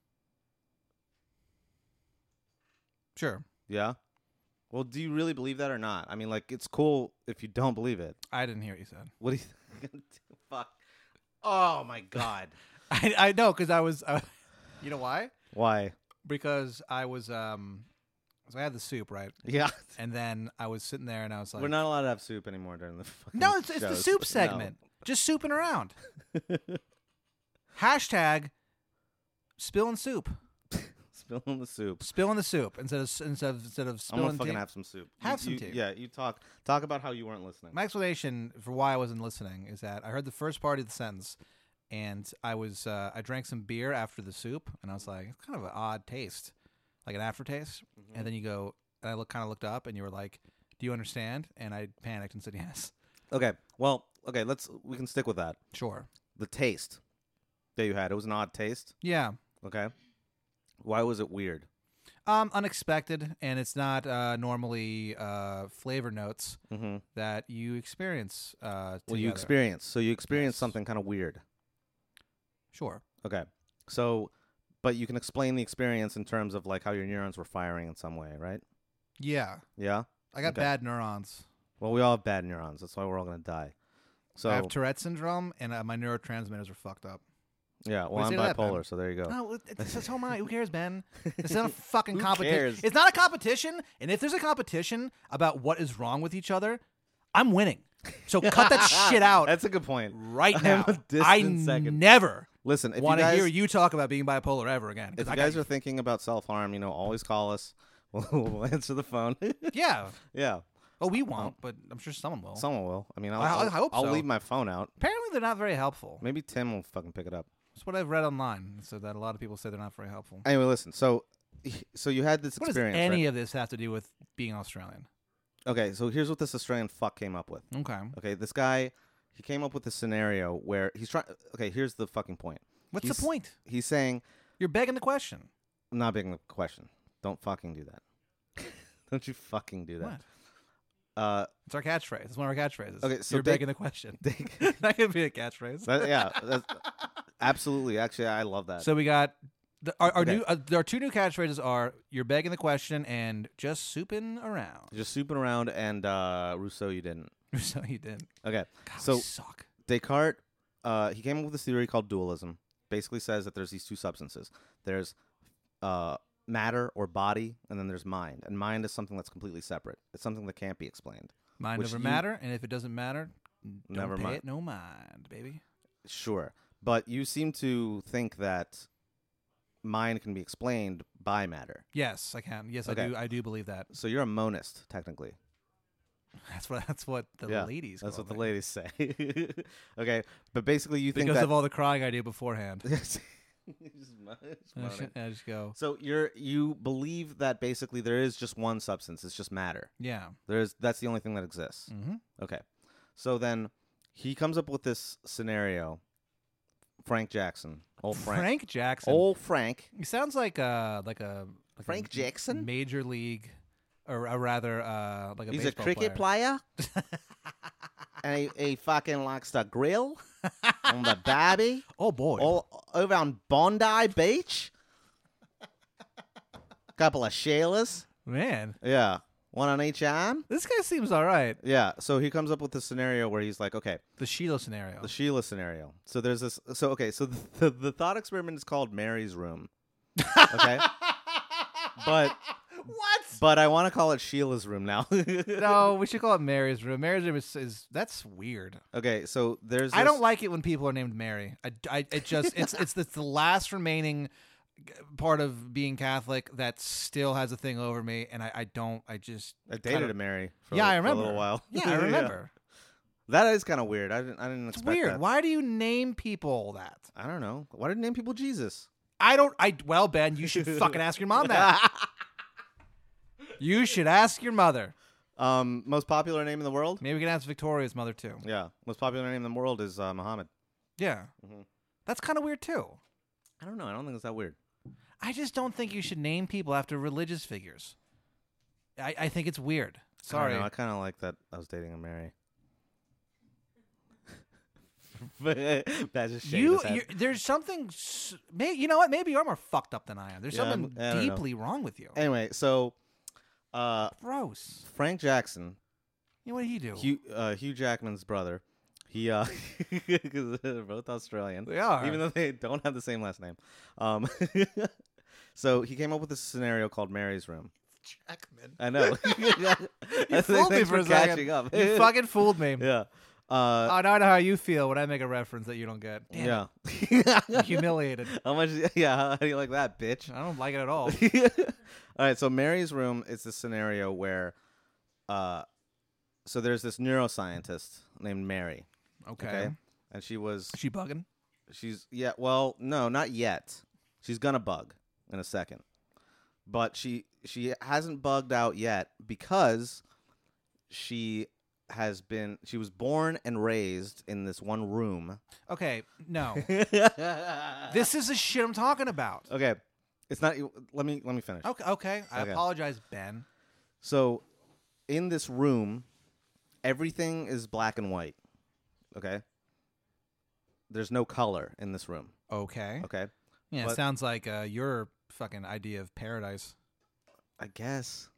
S3: Sure.
S2: Yeah. Well, do you really believe that or not? I mean, like, it's cool if you don't believe it.
S3: I didn't hear what you said.
S2: What do you think? Fuck. Oh my god.
S3: I, I know because I was, uh, you know why?
S2: Why?
S3: Because I was, um, so I had the soup right,
S2: Yeah.
S3: and then I was sitting there and I was like,
S2: We're not allowed to have soup anymore during the fucking.
S3: no, it's, it's the
S2: shows.
S3: soup
S2: No.
S3: segment, just souping around. Hashtag spilling soup,
S2: Spilling the soup.
S3: spilling the soup instead of instead of instead of
S2: I'm
S3: spilling.
S2: gonna fucking
S3: tea.
S2: have some soup. You-
S3: Have some
S2: you-
S3: tea.
S2: Yeah, you talk talk about how you weren't listening.
S3: My explanation for why I wasn't listening is that I heard the first part of the sentence, and I was uh, I drank some beer after the soup, and I was like, it's kind
S2: Mm-hmm.
S3: of an odd taste, like an aftertaste. And then you go, and I look, kind of looked up, and you were like, Do you understand? And I panicked and said, Yes.
S2: Okay. Well, okay. Let's we can stick with that.
S3: Sure.
S2: The taste that you had. It was an odd taste.
S3: Yeah.
S2: Okay. Why was it weird?
S3: Um, unexpected, and it's not uh, normally uh, flavor notes
S2: Mm-hmm.
S3: that you experience. Uh,
S2: Well, you
S3: together.
S2: experienced. So you experienced
S3: Yes.
S2: something kind of weird.
S3: Sure.
S2: Okay. So, but you can explain the experience in terms of like how your neurons were firing in some way, right?
S3: Yeah,
S2: Yeah.
S3: I got
S2: Okay.
S3: bad neurons.
S2: Well, we all have bad neurons. That's why we're all gonna die. So
S3: I have Tourette syndrome, and uh, my neurotransmitters are fucked up.
S2: yeah. Well, I'm
S3: Wait, say that, Oh.
S2: bipolar,
S3: Ben.
S2: so there you go.
S3: No, it- it's it's home Who cares, Ben? It's not a fucking
S2: Oh. Who
S3: competition.
S2: cares?
S3: It's not a competition. And if there's a competition about what is wrong with each other, I'm winning. So cut that shit out
S2: That's a good point.
S3: right
S2: I'm
S3: now.
S2: a distant
S3: I
S2: second.
S3: never
S2: Listen, if you
S3: want to
S2: guys,
S3: hear you talk about being bipolar ever again. 'cause
S2: if
S3: I
S2: you
S3: got
S2: guys are thinking about self harm, you know, always call us. We'll, we'll answer the phone.
S3: yeah.
S2: yeah,
S3: Oh,
S2: Um,
S3: we won't, but I'm sure someone will.
S2: someone will. I mean, I'll,
S3: I- I
S2: I'll-
S3: hope
S2: I'll
S3: so.
S2: leave my phone out.
S3: Apparently, they're not very helpful.
S2: Maybe Tim will fucking pick it up.
S3: That's what I've read online. So that a lot of people say they're not very helpful.
S2: Anyway, listen. So, so you had this
S3: What does
S2: experience.
S3: any of this have to do with being Australian?
S2: right? Okay, so here's what this Australian fuck came up with.
S3: Okay.
S2: Okay, this guy, he came up with a scenario where he's trying. Okay, here's the fucking point.
S3: What's
S2: He's-
S3: the point?
S2: He's saying,
S3: You're begging the question.
S2: I'm not begging the question. Don't fucking do that. Don't you fucking do that. Uh,
S3: It's our catchphrase. It's one of our catchphrases.
S2: Okay, so
S3: you're
S2: they-
S3: begging the question.
S2: dig-
S3: that could be a catchphrase.
S2: that- yeah, that's, absolutely. Actually, I love that.
S3: so we got the, our, our
S2: Okay.
S3: new. Uh, our two new catchphrases are "You're begging the question" and "Just souping around."
S2: Just souping around, and uh, Rousseau, you didn't.
S3: so you didn't.
S2: Okay,
S3: God,
S2: So-
S3: we suck.
S2: Descartes, uh, he came up with this theory called dualism. Basically, says that there's these two substances. There's uh, matter or body, and then there's mind. And mind is something that's completely separate. It's something that can't be explained.
S3: Mind
S2: which
S3: never
S2: you-
S3: matter, and if it doesn't matter, don't
S2: Never
S3: pay
S2: mind.
S3: it no mind, baby.
S2: Sure, but you seem to think that mind can be explained by matter.
S3: Yes, I can. Yes, I
S2: Okay.
S3: do. I do believe that.
S2: So you're a monist, technically.
S3: That's what. That's what the
S2: Yeah,
S3: ladies.
S2: That's
S3: call
S2: what the
S3: me.
S2: ladies say. okay, but basically, you think
S3: Because
S2: that.
S3: of all the crying I do beforehand.
S2: Yes. Just mo- just
S3: I
S2: moaning.
S3: just- I just go.
S2: So you're you believe that basically there is just one substance. It's just matter.
S3: Yeah.
S2: There is that's the only thing that exists.
S3: Mm-hmm.
S2: Okay. So then he comes up with this scenario. Frank Jackson, old Frank,
S3: Frank Jackson.
S2: old Frank,
S3: He sounds like a like a like a
S2: Frank Jackson?
S3: major league, or, or rather, uh, like a
S2: He's a
S3: baseball
S2: cricket
S3: player.
S2: player, and he, he fucking likes to grill on the barbie,
S3: Oh boy!
S2: all over on Bondi Beach. Couple of sheilas,
S3: man,
S2: yeah, one on each arm.
S3: this guy seems all right.
S2: Yeah, so he comes up with this scenario where he's like, okay,
S3: The Sheila scenario.
S2: the Sheila scenario. So there's this. So okay, so the, the, the thought experiment is called Mary's room. Okay, but
S3: what?
S2: but I want to call it Sheila's room now.
S3: No, we should call it Mary's room. Mary's room is, is that's weird.
S2: Okay, so there's.
S3: I don't
S2: this-
S3: like it when people are named Mary. I, I it just it's it's it's the last remaining part of being Catholic that still has a thing over me, and I, I don't. I just
S2: I dated
S3: kinda-
S2: a Mary. For
S3: Yeah,
S2: a,
S3: I
S2: li- for
S3: remember.
S2: a little while.
S3: Yeah, I remember.
S2: That is kind of weird. I didn't. I didn't
S3: It's
S2: expect
S3: weird.
S2: that.
S3: Why do you name people that?
S2: I don't know. Why did you name people Jesus?
S3: I don't. I well, Ben, you should fucking ask your mom that. You should ask your mother.
S2: um, most popular name in the world.
S3: Maybe we can ask Victoria's mother too.
S2: Yeah, most popular name in the world is uh, Muhammad.
S3: Yeah,
S2: Mhm.
S3: that's kind of weird too.
S2: I don't know. I don't think it's that weird.
S3: I just don't think you should name people after religious figures. I, I think it's weird.
S2: I,
S3: Sorry.
S2: don't know, I kind of like that. I was dating a Mary. That's just shaking
S3: You,
S2: his head.
S3: you there's something. s- May, you know what? Maybe you're more fucked up than I am. There's
S2: Yeah, I'm-
S3: something
S2: I don't know.
S3: deeply wrong with you.
S2: Anyway, so uh,
S3: Gross.
S2: Frank Jackson,
S3: You know, what did he do?
S2: Hugh, uh, Hugh Jackman's brother, he uh, 'cause they're both Australian,
S3: they are.
S2: even though they don't have the same last name. Um, so he came up with this scenario called Mary's Room.
S3: Jackman.
S2: I know.
S3: You
S2: Thanks
S3: fooled me for a second.
S2: catching up.
S3: You fucking fooled me.
S2: yeah. Uh,
S3: Oh, now I know how you feel when I make a reference that you don't get. Damn it.
S2: yeah.
S3: I'm humiliated.
S2: How much? Yeah, how do you like that, bitch?
S3: I don't like it at all.
S2: All right, so Mary's room is the scenario where, uh, so there's this neuroscientist named Mary,
S3: Okay.
S2: okay, and she was,
S3: Is she bugging?
S2: she's yeah, well, no, not yet. She's gonna bug in a second, but she she hasn't bugged out yet because she has been she was born and raised in this one room.
S3: Okay, no.
S2: this
S3: this is the shit I'm talking about.
S2: Okay. It's not let me let me finish.
S3: Okay, okay. I
S2: Okay.
S3: apologize, Ben.
S2: So, in this room, everything is black and white. Okay. There's no color in this room.
S3: Okay.
S2: Okay.
S3: Yeah,
S2: But-
S3: it sounds like uh, your fucking idea of paradise
S2: I guess.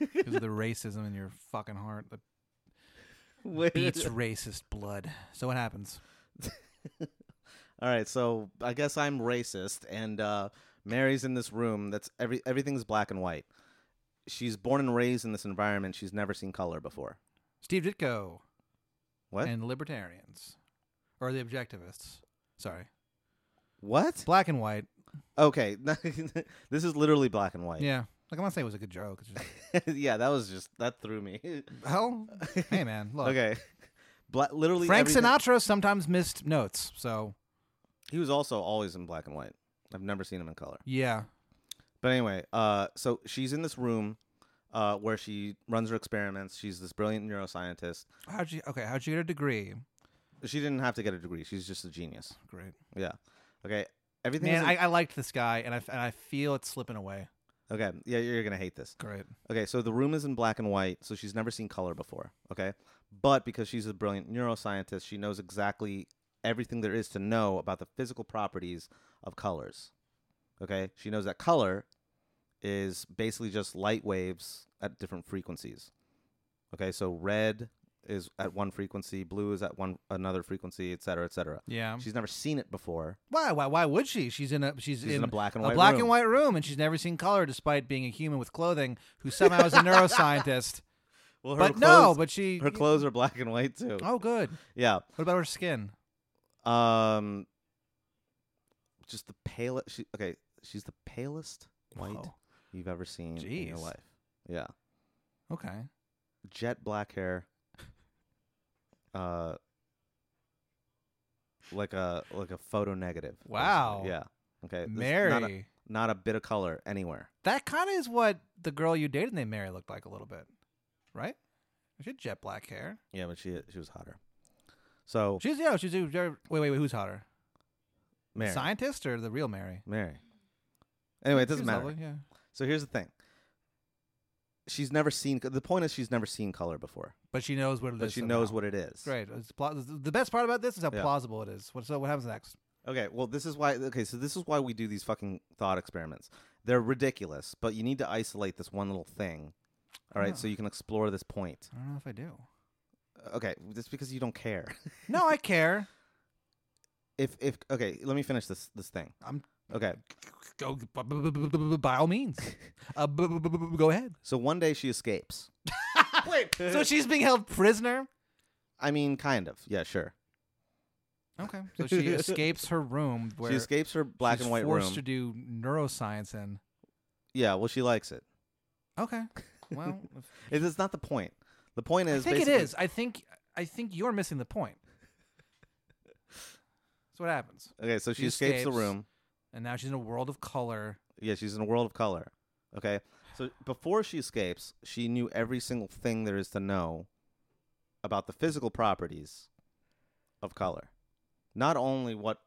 S3: because of the racism in your fucking heart that beats racist blood. So what happens?
S2: All right. So I guess I'm racist, and uh, Mary's in this room. That's every everything's black and white. She's born and raised in this environment. She's never seen color before.
S3: Steve Ditko
S2: What?
S3: and libertarians or the objectivists. Sorry,
S2: what?
S3: black and white.
S2: Okay. this is literally black and white.
S3: Yeah, like I'm not saying it was a good joke. It's just,
S2: yeah. That was just that threw me.
S3: hell, hey man, look.
S2: okay. Black. Literally.
S3: Frank
S2: everything-
S3: Sinatra sometimes missed notes, so
S2: He was also always in black and white. I've never seen him in color.
S3: yeah.
S2: But anyway, uh, so she's in this room uh, where she runs her experiments. She's this brilliant neuroscientist.
S3: How'd you? Okay, how'd you get a degree?
S2: She didn't have to get a degree. She's just a genius.
S3: Great,
S2: Yeah. Okay. Everything.
S3: man.
S2: is
S3: I, I liked this guy, and I and I feel it's slipping away.
S2: okay. Yeah, you're gonna hate this.
S3: Great.
S2: Okay, so the room is in black and white, so she's never seen color before. Okay, but because she's a brilliant neuroscientist, she knows exactly everything there is to know about the physical properties of colors. Okay, she knows that color is basically just light waves at different frequencies. Okay, so red is at one frequency, blue is at one another frequency, et cetera, et cetera.
S3: Yeah.
S2: She's never seen it before.
S3: Why? Why? Why would she? She's in a she's,
S2: She's in, a black and white.
S3: a black
S2: room.
S3: and white room, and she's never seen color, despite being a human with clothing who somehow is a neuroscientist.
S2: Well, her
S3: but
S2: clothes,
S3: no, but she
S2: her clothes are black and white too.
S3: Oh, good.
S2: Yeah.
S3: What about her skin?
S2: Um, just the palest. She, okay, she's the palest white
S3: Whoa.
S2: you've ever seen in your
S3: Jeez.
S2: life. Yeah,
S3: Okay.
S2: jet black hair. Uh, like a like a photo negative. basically.
S3: Wow.
S2: Yeah. Okay. this- Not a,
S3: Mary.
S2: not a bit of color anywhere.
S3: That kind of is what the girl you dated named Mary looked like a little bit, right? She had jet black hair.
S2: Yeah, but she she was hotter. So
S3: She's yeah. She's a- wait wait wait. Who's hotter?
S2: Mary.
S3: Scientist or the real Mary?
S2: Mary. Anyway, it
S3: She
S2: doesn't
S3: was
S2: matter.
S3: lovely, yeah.
S2: So here's the thing. She's never seen. The point is, she's never seen color before,
S3: But she knows what it is.
S2: but she knows
S3: somehow.
S2: what it is.
S3: Great. It's pla- the best part about this is how
S2: Yeah.
S3: plausible it is. What, so what happens next?
S2: Okay, well, this is why. Okay, so this is why we do these fucking thought experiments. They're ridiculous, but you need to isolate this one little thing. All right, so you can explore this point.
S3: I don't know if I do.
S2: Okay, just because you don't care.
S3: No, I care.
S2: If if okay, let me finish this this thing.
S3: I'm-
S2: okay.
S3: Go b- b- b- b- b- by all means. Uh, b- b- b- b- b- go ahead.
S2: So one day she escapes.
S3: Wait. So she's being held prisoner.
S2: I mean, kind of. Yeah, sure.
S3: Okay. So she escapes her room where
S2: she escapes her black
S3: she's
S2: and white room.
S3: forced to do neuroscience in.
S2: yeah, well, she likes it.
S3: Okay. Well, if-
S2: It is not the point. The point
S3: I
S2: is.
S3: think it
S2: basically-
S3: is. I think I think you're missing the point. That's what happens.
S2: Okay, so she,
S3: She
S2: escapes, the
S3: escapes.
S2: room.
S3: And now she's in a world of color.
S2: Yeah, she's in a world of color. Okay, so before she escapes, she knew every single thing there is to know about the physical properties of color. Not only what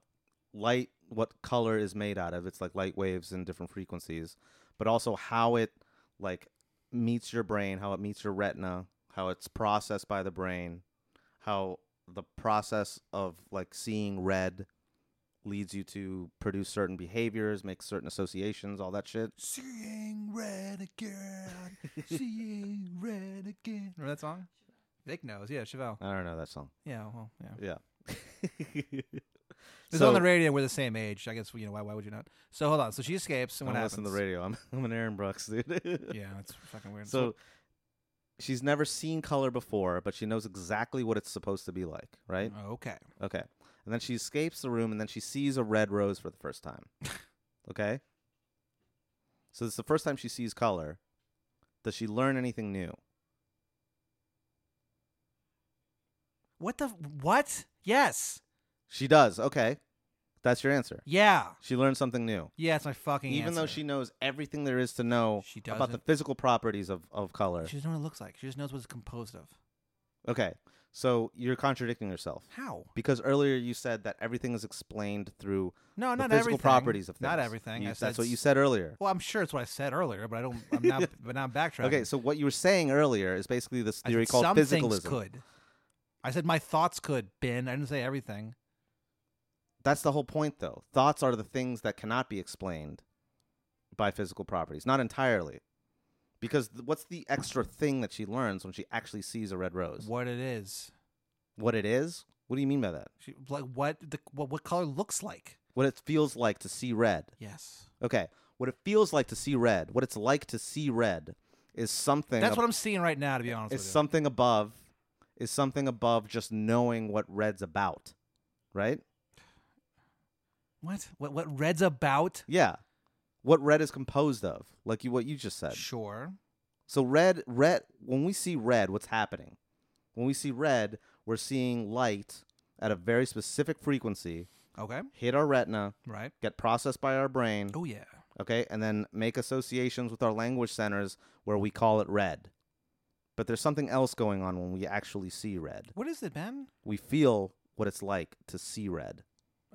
S2: light, what color is made out of, it's like light waves and different frequencies, but also how it like meets your brain, how it meets your retina, how it's processed by the brain, how the process of like seeing red leads you to produce certain behaviors, make certain associations, all that shit.
S3: Seeing red again. seeing red again. Remember that song? Vic knows. Yeah, Chevelle.
S2: I don't know that song.
S3: Yeah, well, yeah.
S2: Yeah.
S3: It's on the radio. We're the same age. I guess you know why. Why would you not? So hold on. So she escapes. And
S2: I'm
S3: what happens?
S2: listening to the radio. I'm, I'm an Aaron Brooks, dude.
S3: Yeah, that's fucking weird.
S2: So she's never seen color before, but she knows exactly what it's supposed to be like, right?
S3: okay.
S2: Okay. And then she escapes the room and then she sees a red rose for the first time. okay? So it's the first time she sees color. Does she learn anything new?
S3: What the? What? Yes.
S2: She does. Okay. That's your answer.
S3: Yeah.
S2: She learned something new.
S3: Yeah, it's my fucking
S2: Even though
S3: answer.
S2: she knows everything there is to know
S3: She
S2: about the
S3: doesn't.
S2: physical properties of, of color.
S3: She doesn't know what it looks like. She just knows what it's composed of.
S2: Okay. So you're contradicting yourself.
S3: How?
S2: Because earlier you said that everything is explained through
S3: No,
S2: the
S3: not
S2: physical
S3: everything.
S2: properties of things.
S3: Not everything.
S2: You-
S3: I said
S2: that's what you
S3: s-
S2: said earlier.
S3: Well, I'm sure it's what I said earlier, but I don't. I'm not. But now I'm backtracking.
S2: Okay, so what you were saying earlier is basically this
S3: I
S2: theory
S3: said
S2: called
S3: some
S2: physicalism.
S3: things could. I said my thoughts could. Bin. I didn't say everything.
S2: That's the whole point, though. Thoughts are the things that cannot be explained by physical properties, not entirely. Because th- what's the extra thing that she learns when she actually sees a red rose?
S3: What it is.
S2: What it is? What do you mean by that?
S3: She, like what the what, what color looks like.
S2: What it feels like to see red.
S3: Yes.
S2: Okay, what it feels like to see red, what it's like to see red, is something.
S3: That's
S2: ab-
S3: what I'm seeing right now. To be honest
S2: is
S3: with you.
S2: something above, is something above just knowing what red's about, right?
S3: What? What? What? Red's about.
S2: Yeah, what red is composed of, like you what you just said.
S3: Sure.
S2: So red, red. When we see red, what's happening? When we see red, we're seeing light at a very specific frequency
S3: Okay.
S2: hit our retina,
S3: Right.
S2: get processed by our brain,
S3: Oh yeah.
S2: okay, and then make associations with our language centers where we call it red. But there's something else going on when we actually see red.
S3: What is it, Ben?
S2: We feel what it's like to see red.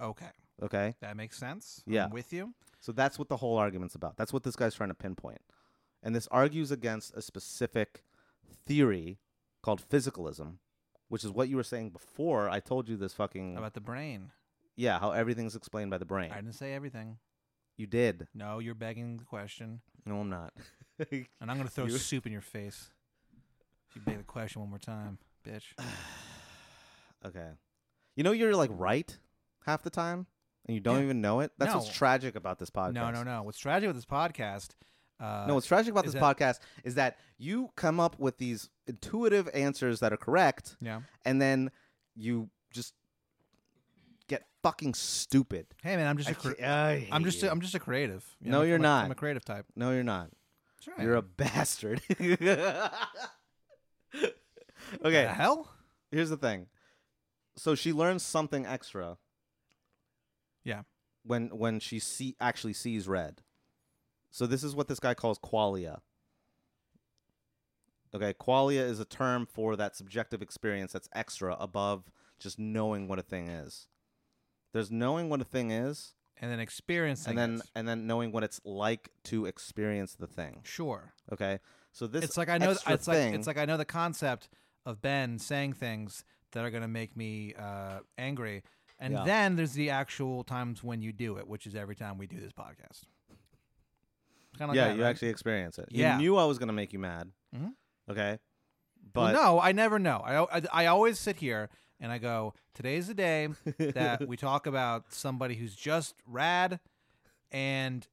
S3: Okay,
S2: Okay,
S3: that makes sense.
S2: Yeah.
S3: I'm with you.
S2: so that's what the whole argument's about. That's what this guy's trying to pinpoint, and this argues against a specific theory called physicalism, which is what you were saying before. I told you this fucking
S3: About the brain.
S2: yeah, how everything's explained by the brain.
S3: I didn't say everything.
S2: You did.
S3: No, you're begging the question,
S2: No, I'm not.
S3: and I'm gonna throw
S2: You-
S3: soup in your face. If you beg the question one more time, bitch.
S2: Okay. You know you're like right half the time and you don't
S3: Yeah.
S2: even know it. That's what's
S3: No.
S2: tragic about this podcast.
S3: No, no, no. What's tragic with this podcast? Uh,
S2: No, what's tragic about
S3: is
S2: this
S3: that-
S2: podcast is that you come up with these intuitive answers that are correct
S3: yeah.
S2: and then you just get fucking stupid.
S3: Hey, man, I'm just
S2: I
S3: a cre-
S2: ca- I hate
S3: I'm just
S2: you.
S3: a, I'm just a creative. You
S2: No,
S3: I'm a-
S2: you're
S3: I'm a-
S2: not.
S3: I'm a creative type.
S2: No, you're not.
S3: Sure,
S2: You're a bastard. okay.
S3: the hell?
S2: here's the thing. So she learns something extra.
S3: Yeah.
S2: When when she see actually sees red. So this is what this guy calls qualia. Okay, qualia is a term for that subjective experience that's extra above just knowing what a thing is. There's knowing what a thing is
S3: And then experiencing.
S2: and then
S3: it.
S2: and then knowing what it's like to experience the thing.
S3: sure.
S2: Okay? So this
S3: it's like I know.
S2: extra
S3: It's
S2: thing,
S3: like it's like I know the concept of Ben saying things that are gonna make me uh, angry, and
S2: Yeah.
S3: then there's the actual times when you do it, which is every time we do this podcast. Kind
S2: yeah, you actually experience it.
S3: Yeah.
S2: You knew I was gonna make you mad.
S3: Mhm.
S2: Okay, but
S3: no, I never know. I, al- I I always sit here and I go, today's the day that we talk about somebody who's just rad, and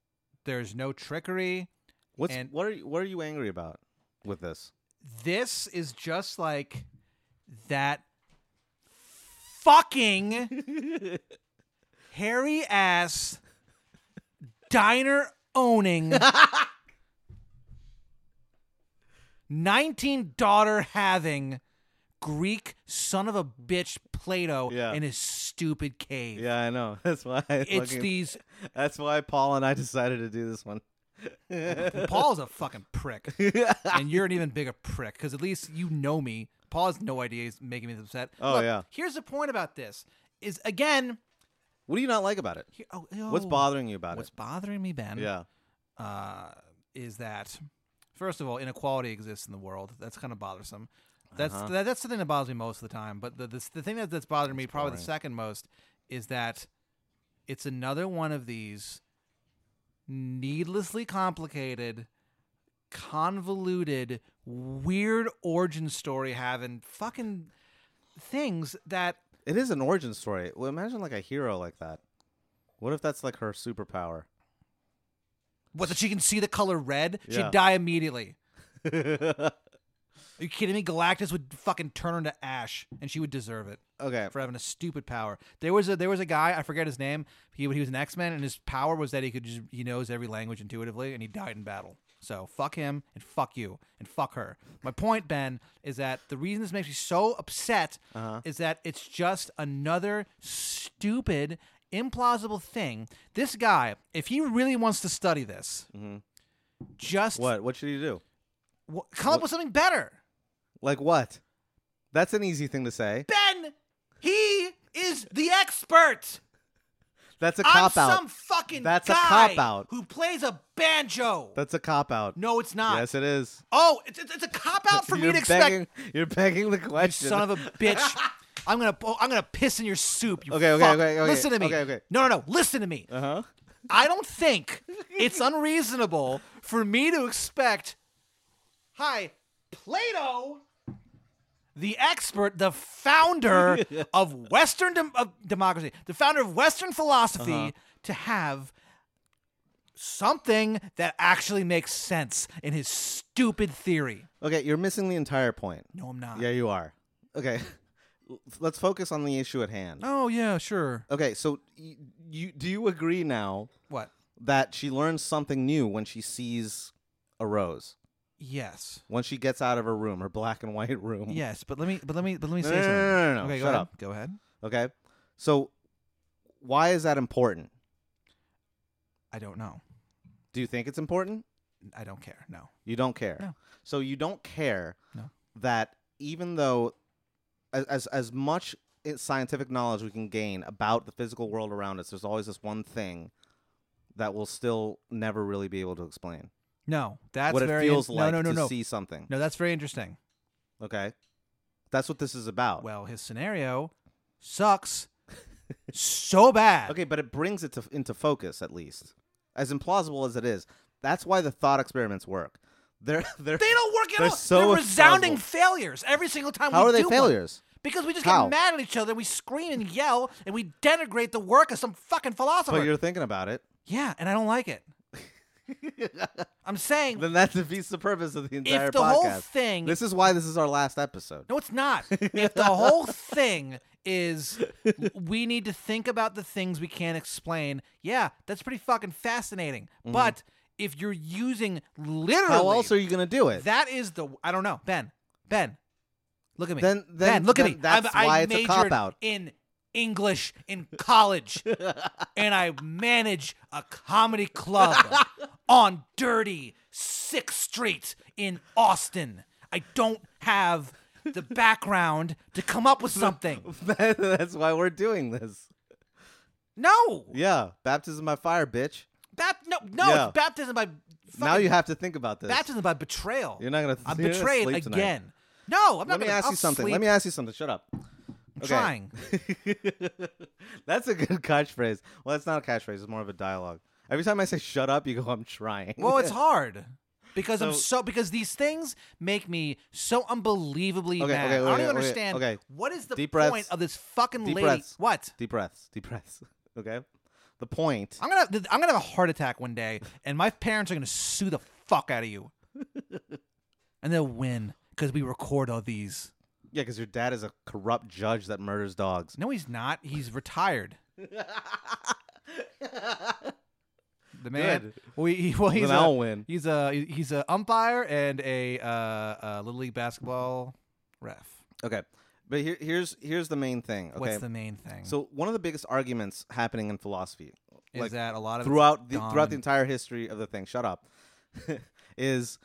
S3: there's no trickery.
S2: what's
S3: and-
S2: what are you, what are you angry about with this?
S3: this is just like that fucking hairy ass diner owning 19 daughter having Greek son of a bitch Plato
S2: Yeah.
S3: in his stupid cave.
S2: Yeah, I know. That's why. I
S3: It's
S2: fucking-
S3: these
S2: That's why Paul and I decided to do this one.
S3: Paul's a fucking prick. and you're an even bigger prick because at least you know me. Paul has no idea he's making me upset.
S2: Oh,
S3: Look,
S2: yeah.
S3: Here's the point about this: is again,
S2: what do you not like about it?
S3: here, oh,
S2: What's
S3: oh,
S2: bothering you about
S3: What's bothering me, Ben?
S2: it? Yeah,
S3: uh, is that first of all, inequality exists in the world. That's kind of bothersome. That's that, that's the thing that bothers me most of the time. But the the, the thing that, that's bothering me probably the second most is that it's another one of these needlessly complicated, convoluted, weird origin story having fucking things that
S2: it is an origin story. Well, imagine like a hero like that. What if that's like her superpower?
S3: what that she can see the color red,
S2: Yeah.
S3: she'd die immediately. Are you kidding me? Galactus would fucking turn her to ash, and she would deserve it
S2: okay,
S3: for having a stupid power. There was a there was a guy I forget his name. He he was an X Men, and his power was that he could just he knows every language intuitively, and he died in battle. So fuck him and fuck you and fuck her. My point, Ben, is that the reason
S2: Uh-huh.
S3: this makes me so upset is that it's just another stupid implausible thing. This guy, if he really wants to study this,
S2: Mhm.
S3: just
S2: What? What should he do?
S3: wha- come up
S2: What-
S3: with something better.
S2: Like what? That's an easy thing to say.
S3: Ben, he is the expert.
S2: That's a
S3: I'm
S2: cop out.
S3: some fucking
S2: That's a
S3: guy
S2: cop-out.
S3: who plays a banjo.
S2: That's a cop out.
S3: no, it's not.
S2: Yes, it is.
S3: Oh, it's, it's, it's a cop out for me
S2: You're
S3: to expect.
S2: begging- You're begging the question.
S3: Son of a bitch. I'm gonna oh, I'm gonna piss in your soup. You
S2: Okay, okay,
S3: fuck.
S2: okay, okay,
S3: Listen to me.
S2: okay, okay.
S3: No, no, no. Listen to me.
S2: Uh huh.
S3: I don't think it's unreasonable for me to expect. Hi, Plato, the expert, the founder of Western dem- of democracy, the founder of Western philosophy,
S2: Uh-huh.
S3: to have something that actually makes sense in his stupid theory.
S2: Okay, you're missing the entire point.
S3: No, I'm not.
S2: Yeah, you are. Okay, let's focus on the issue at hand.
S3: Oh yeah, sure.
S2: Okay, so y- you do you agree now
S3: What?
S2: that she learns something new when she sees a rose?
S3: Yes.
S2: When she gets out of her room, her black and white room.
S3: Yes, but let me but let me but let me
S2: Mm-hmm. No,
S3: say
S2: no, no, no,
S3: something.
S2: no, no.
S3: Okay, go
S2: Shut
S3: ahead.
S2: up.
S3: Go ahead.
S2: Okay. So why is that important?
S3: I don't know.
S2: Do you think it's important?
S3: I don't care. No.
S2: You don't care.
S3: No.
S2: So you don't care
S3: No.
S2: that even though as, as as much i- scientific knowledge we can gain about the physical world around us, there's always this one thing that we'll still never really be able to explain.
S3: No. That's
S2: what it
S3: very
S2: feels
S3: in-
S2: like
S3: no, no, no,
S2: to
S3: no.
S2: see something.
S3: No, that's very interesting.
S2: Okay. That's what this is about.
S3: Well, his scenario sucks so bad.
S2: okay, but it brings it to, into focus at least. As implausible as it is, that's why the thought experiments work. They're they're
S3: They don't work at
S2: They're
S3: all.
S2: so
S3: They're resounding
S2: implausible.
S3: failures every single time
S2: How
S3: we
S2: are they
S3: do one.
S2: failures?
S3: Because we just
S2: How?
S3: get mad at each other, we scream and yell, and we denigrate the work of some fucking
S2: But
S3: philosopher.
S2: you're thinking about it.
S3: Yeah, and I don't like it. I'm saying
S2: Then that defeats the purpose of the entire
S3: if the
S2: podcast.
S3: whole thing
S2: This is why this is our last episode.
S3: No, it's not. if the whole thing is we need to think about the things we can't explain, yeah, that's pretty fucking fascinating. But if you're using literally
S2: Mm-hmm. How else are you gonna do it?
S3: that is the I don't know, Ben. Ben. Look at me.
S2: Then- then-
S3: ben, look
S2: then
S3: at me.
S2: that's
S3: I, I
S2: why it's a
S3: majored
S2: cop-out.
S3: in English in college, and I manage a comedy club on dirty Sixth Street in Austin. I don't have the background to come up with something.
S2: That's why we're doing this.
S3: No,
S2: Yeah, baptism by fire, bitch.
S3: Bap- no, no.
S2: Yeah.
S3: It's baptism by
S2: now
S3: fucking
S2: you have to think about this.
S3: baptism by betrayal.
S2: You're not gonna.
S3: I'm
S2: you're gonna
S3: betrayed
S2: sleep tonight.
S3: again. No, I'm
S2: Let
S3: not
S2: me
S3: gonna,
S2: ask
S3: I'll
S2: you something.
S3: Sleep.
S2: Let me ask you something. Shut up.
S3: I'm
S2: Okay.
S3: trying.
S2: That's a good catchphrase. Well, it's not a catchphrase. It's more of a dialogue. Every time I say "shut up," you go, "I'm trying."
S3: Well, it's hard because I'm
S2: So-
S3: so because these things make me so unbelievably
S2: Okay,
S3: mad.
S2: okay,
S3: I don't
S2: okay,
S3: even
S2: okay,
S3: understand.
S2: okay.
S3: what is the
S2: Deep
S3: point
S2: breaths.
S3: of this fucking
S2: Deep
S3: lady?
S2: breaths.
S3: What?
S2: deep breaths. Deep breaths. Okay. The point.
S3: I'm gonna th- I'm gonna have a heart attack one day, and my parents are gonna sue the fuck out of you, and they'll win because we record all these.
S2: Yeah, because your dad is a corrupt judge that murders dogs.
S3: No, he's not. He's retired. The man.
S2: Good.
S3: Well, he, well he's
S2: then
S3: a,
S2: I'll win.
S3: he's a he's a umpire and a uh, uh, little league basketball ref.
S2: Okay, but here, here's here's the main thing. Okay,
S3: What's the main thing?
S2: so one of the biggest arguments happening in philosophy,
S3: is
S2: like
S3: that a lot of it's
S2: throughout the
S3: dumb
S2: throughout the
S3: and-
S2: entire history of the thing, shut up, is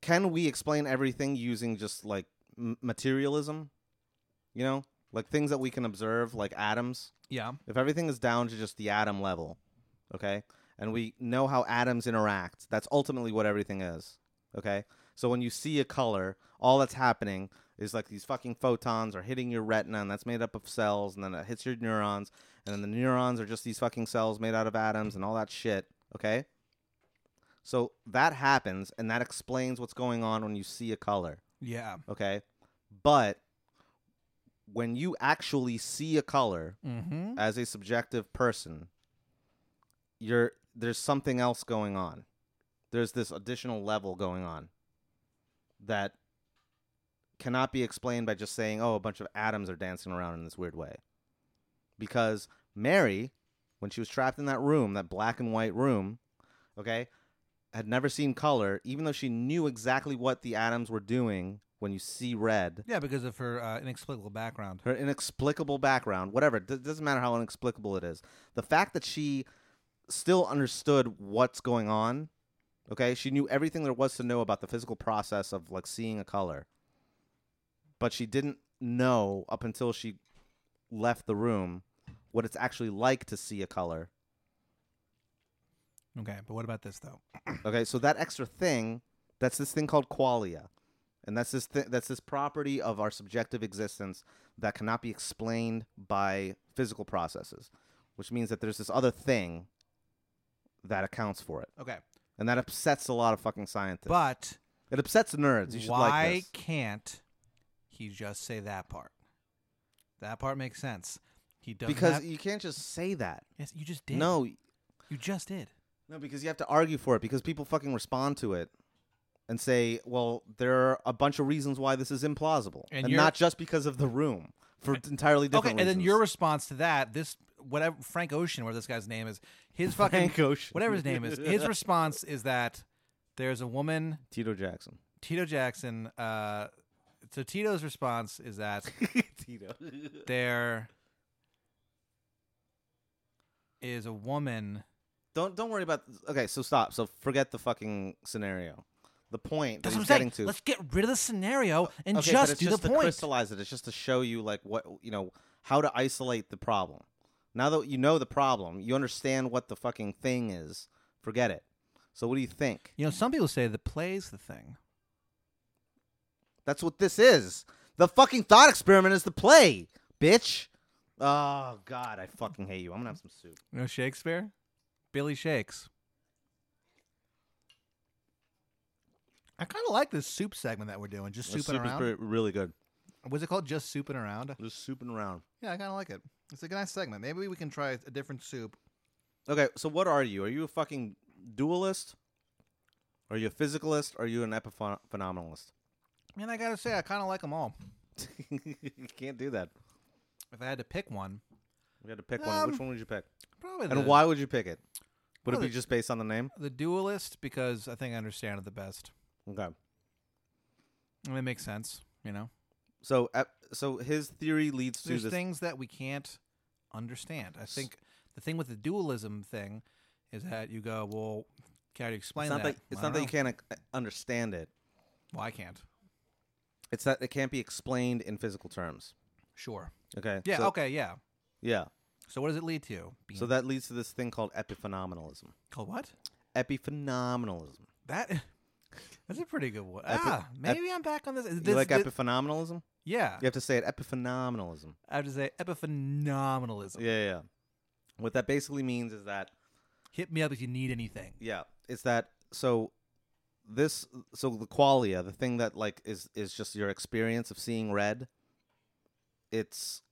S2: can we explain everything using just like m- materialism? You know, like things that we can observe, like atoms.
S3: yeah.
S2: If everything is down to just the atom level, okay, and we know how atoms interact, that's ultimately what everything is, okay? So when you see a color, all that's happening is like these fucking photons are hitting your retina, and that's made up of cells, and then it hits your neurons, and then the neurons are just these fucking cells made out of atoms and all that shit, okay? So that happens, and that explains what's going on when you see a color
S3: Yeah.
S2: okay? But when you actually see a color
S3: Mm-hmm.
S2: as a subjective person, you're there's something else going on. There's this additional level going on that cannot be explained by just saying, "Oh, a bunch of atoms are dancing around in this weird way." Because Mary, when she was trapped in that room, that black and white room, okay, had never seen color, even though she knew exactly what the atoms were doing when you see red.
S3: Yeah, because of her uh, inexplicable background.
S2: Her inexplicable background, whatever, it doesn't matter how inexplicable it is. The fact that she still understood what's going on, okay? She knew everything there was to know about the physical process of like seeing a color. But she didn't know up until she left the room what it's actually like to see a color.
S3: Okay, but what about this though?
S2: Okay, so that extra thing, that's this thing called qualia. And that's this thi- that's this property of our subjective existence that cannot be explained by physical processes, which means that there's this other thing that accounts for it.
S3: Okay,
S2: And that upsets a lot of fucking scientists.
S3: but
S2: it upsets nerds. You should
S3: why
S2: like this.
S3: can't he just say that part? That part makes sense. He does
S2: Because
S3: have-
S2: you can't just say that.
S3: yes, you just did.
S2: No,
S3: you just did.
S2: No, because you have to argue for it because people fucking respond to it and say, well, there are a bunch of reasons why this is implausible.
S3: And
S2: And,
S3: you're-
S2: not just because of the room for entirely
S3: Okay,
S2: different
S3: and then
S2: reasons.
S3: your response to that, this whatever Frank Ocean, whatever this guy's name is, his fucking
S2: Frank Ocean.
S3: whatever his name is, his response is that there's a woman,
S2: Tito Jackson.
S3: Tito Jackson. Uh, so Tito's response is that
S2: Tito.
S3: there is a woman.
S2: Don't don't worry about Okay, so stop. So forget the fucking scenario. The point
S3: That's
S2: that
S3: what I'm
S2: he's
S3: saying.
S2: getting to.
S3: Let's get rid of the scenario and
S2: okay, but
S3: just
S2: it's
S3: do
S2: just
S3: the
S2: to
S3: point.
S2: crystallize it. It's just to show you like what you know how to isolate the problem. Now that you know the problem, you understand what the fucking thing is. Forget it. So what do you think?
S3: You know, some people say the play's the thing.
S2: That's what this is. The fucking thought experiment is the play, bitch. Oh god, I fucking hate you. I'm gonna have some soup.
S3: You know Shakespeare? Billy Shakes. I kind of like this soup segment that we're doing, just
S2: The
S3: souping
S2: soup
S3: around.
S2: is pre- really good.
S3: Was it called just souping around?
S2: Just souping around.
S3: Yeah, I kind of like it. It's a nice segment. Maybe we can try a different soup.
S2: Okay, so what are you? Are you a fucking dualist? Are you a physicalist? Are you an epiphenomenalist?
S3: Man, I gotta say, I kind of like them all.
S2: you can't do that.
S3: If I had to pick one,
S2: We had to pick one.
S3: Um,
S2: Which one would you pick?
S3: probably the,
S2: And why would you pick it? Would
S3: Well,
S2: it be
S3: the-
S2: just based on the name?
S3: the dualist because I think I understand it the best.
S2: Okay.
S3: And it makes sense, you know.
S2: So, ep- so his theory leads to
S3: There's
S2: this.
S3: things that we can't understand. I think the thing with the dualism thing is that you go, well, how do you explain
S2: it's not
S3: that?
S2: that, it's
S3: I
S2: not
S3: don't
S2: that
S3: know.
S2: you can't uh, understand it.
S3: Well, I can't.
S2: It's that it can't be explained in physical terms.
S3: Sure.
S2: Okay.
S3: Yeah.
S2: So,
S3: okay. Yeah.
S2: Yeah.
S3: So what does it lead to? Being
S2: So that leads to this thing called epiphenomenalism.
S3: called what?
S2: Epiphenomenalism.
S3: That. That's a pretty good one.
S2: Epi-
S3: ah,
S2: ep-
S3: maybe I'm back on this. this,
S2: you like
S3: this-
S2: epiphenomenalism?
S3: yeah.
S2: You have to say it epiphenomenalism.
S3: I have to say epiphenomenalism.
S2: Yeah, yeah, yeah. What that basically means is that
S3: Hit me up if you need anything.
S2: Yeah, it's that. So this, so the qualia, the thing that like is is just your experience of seeing red. It's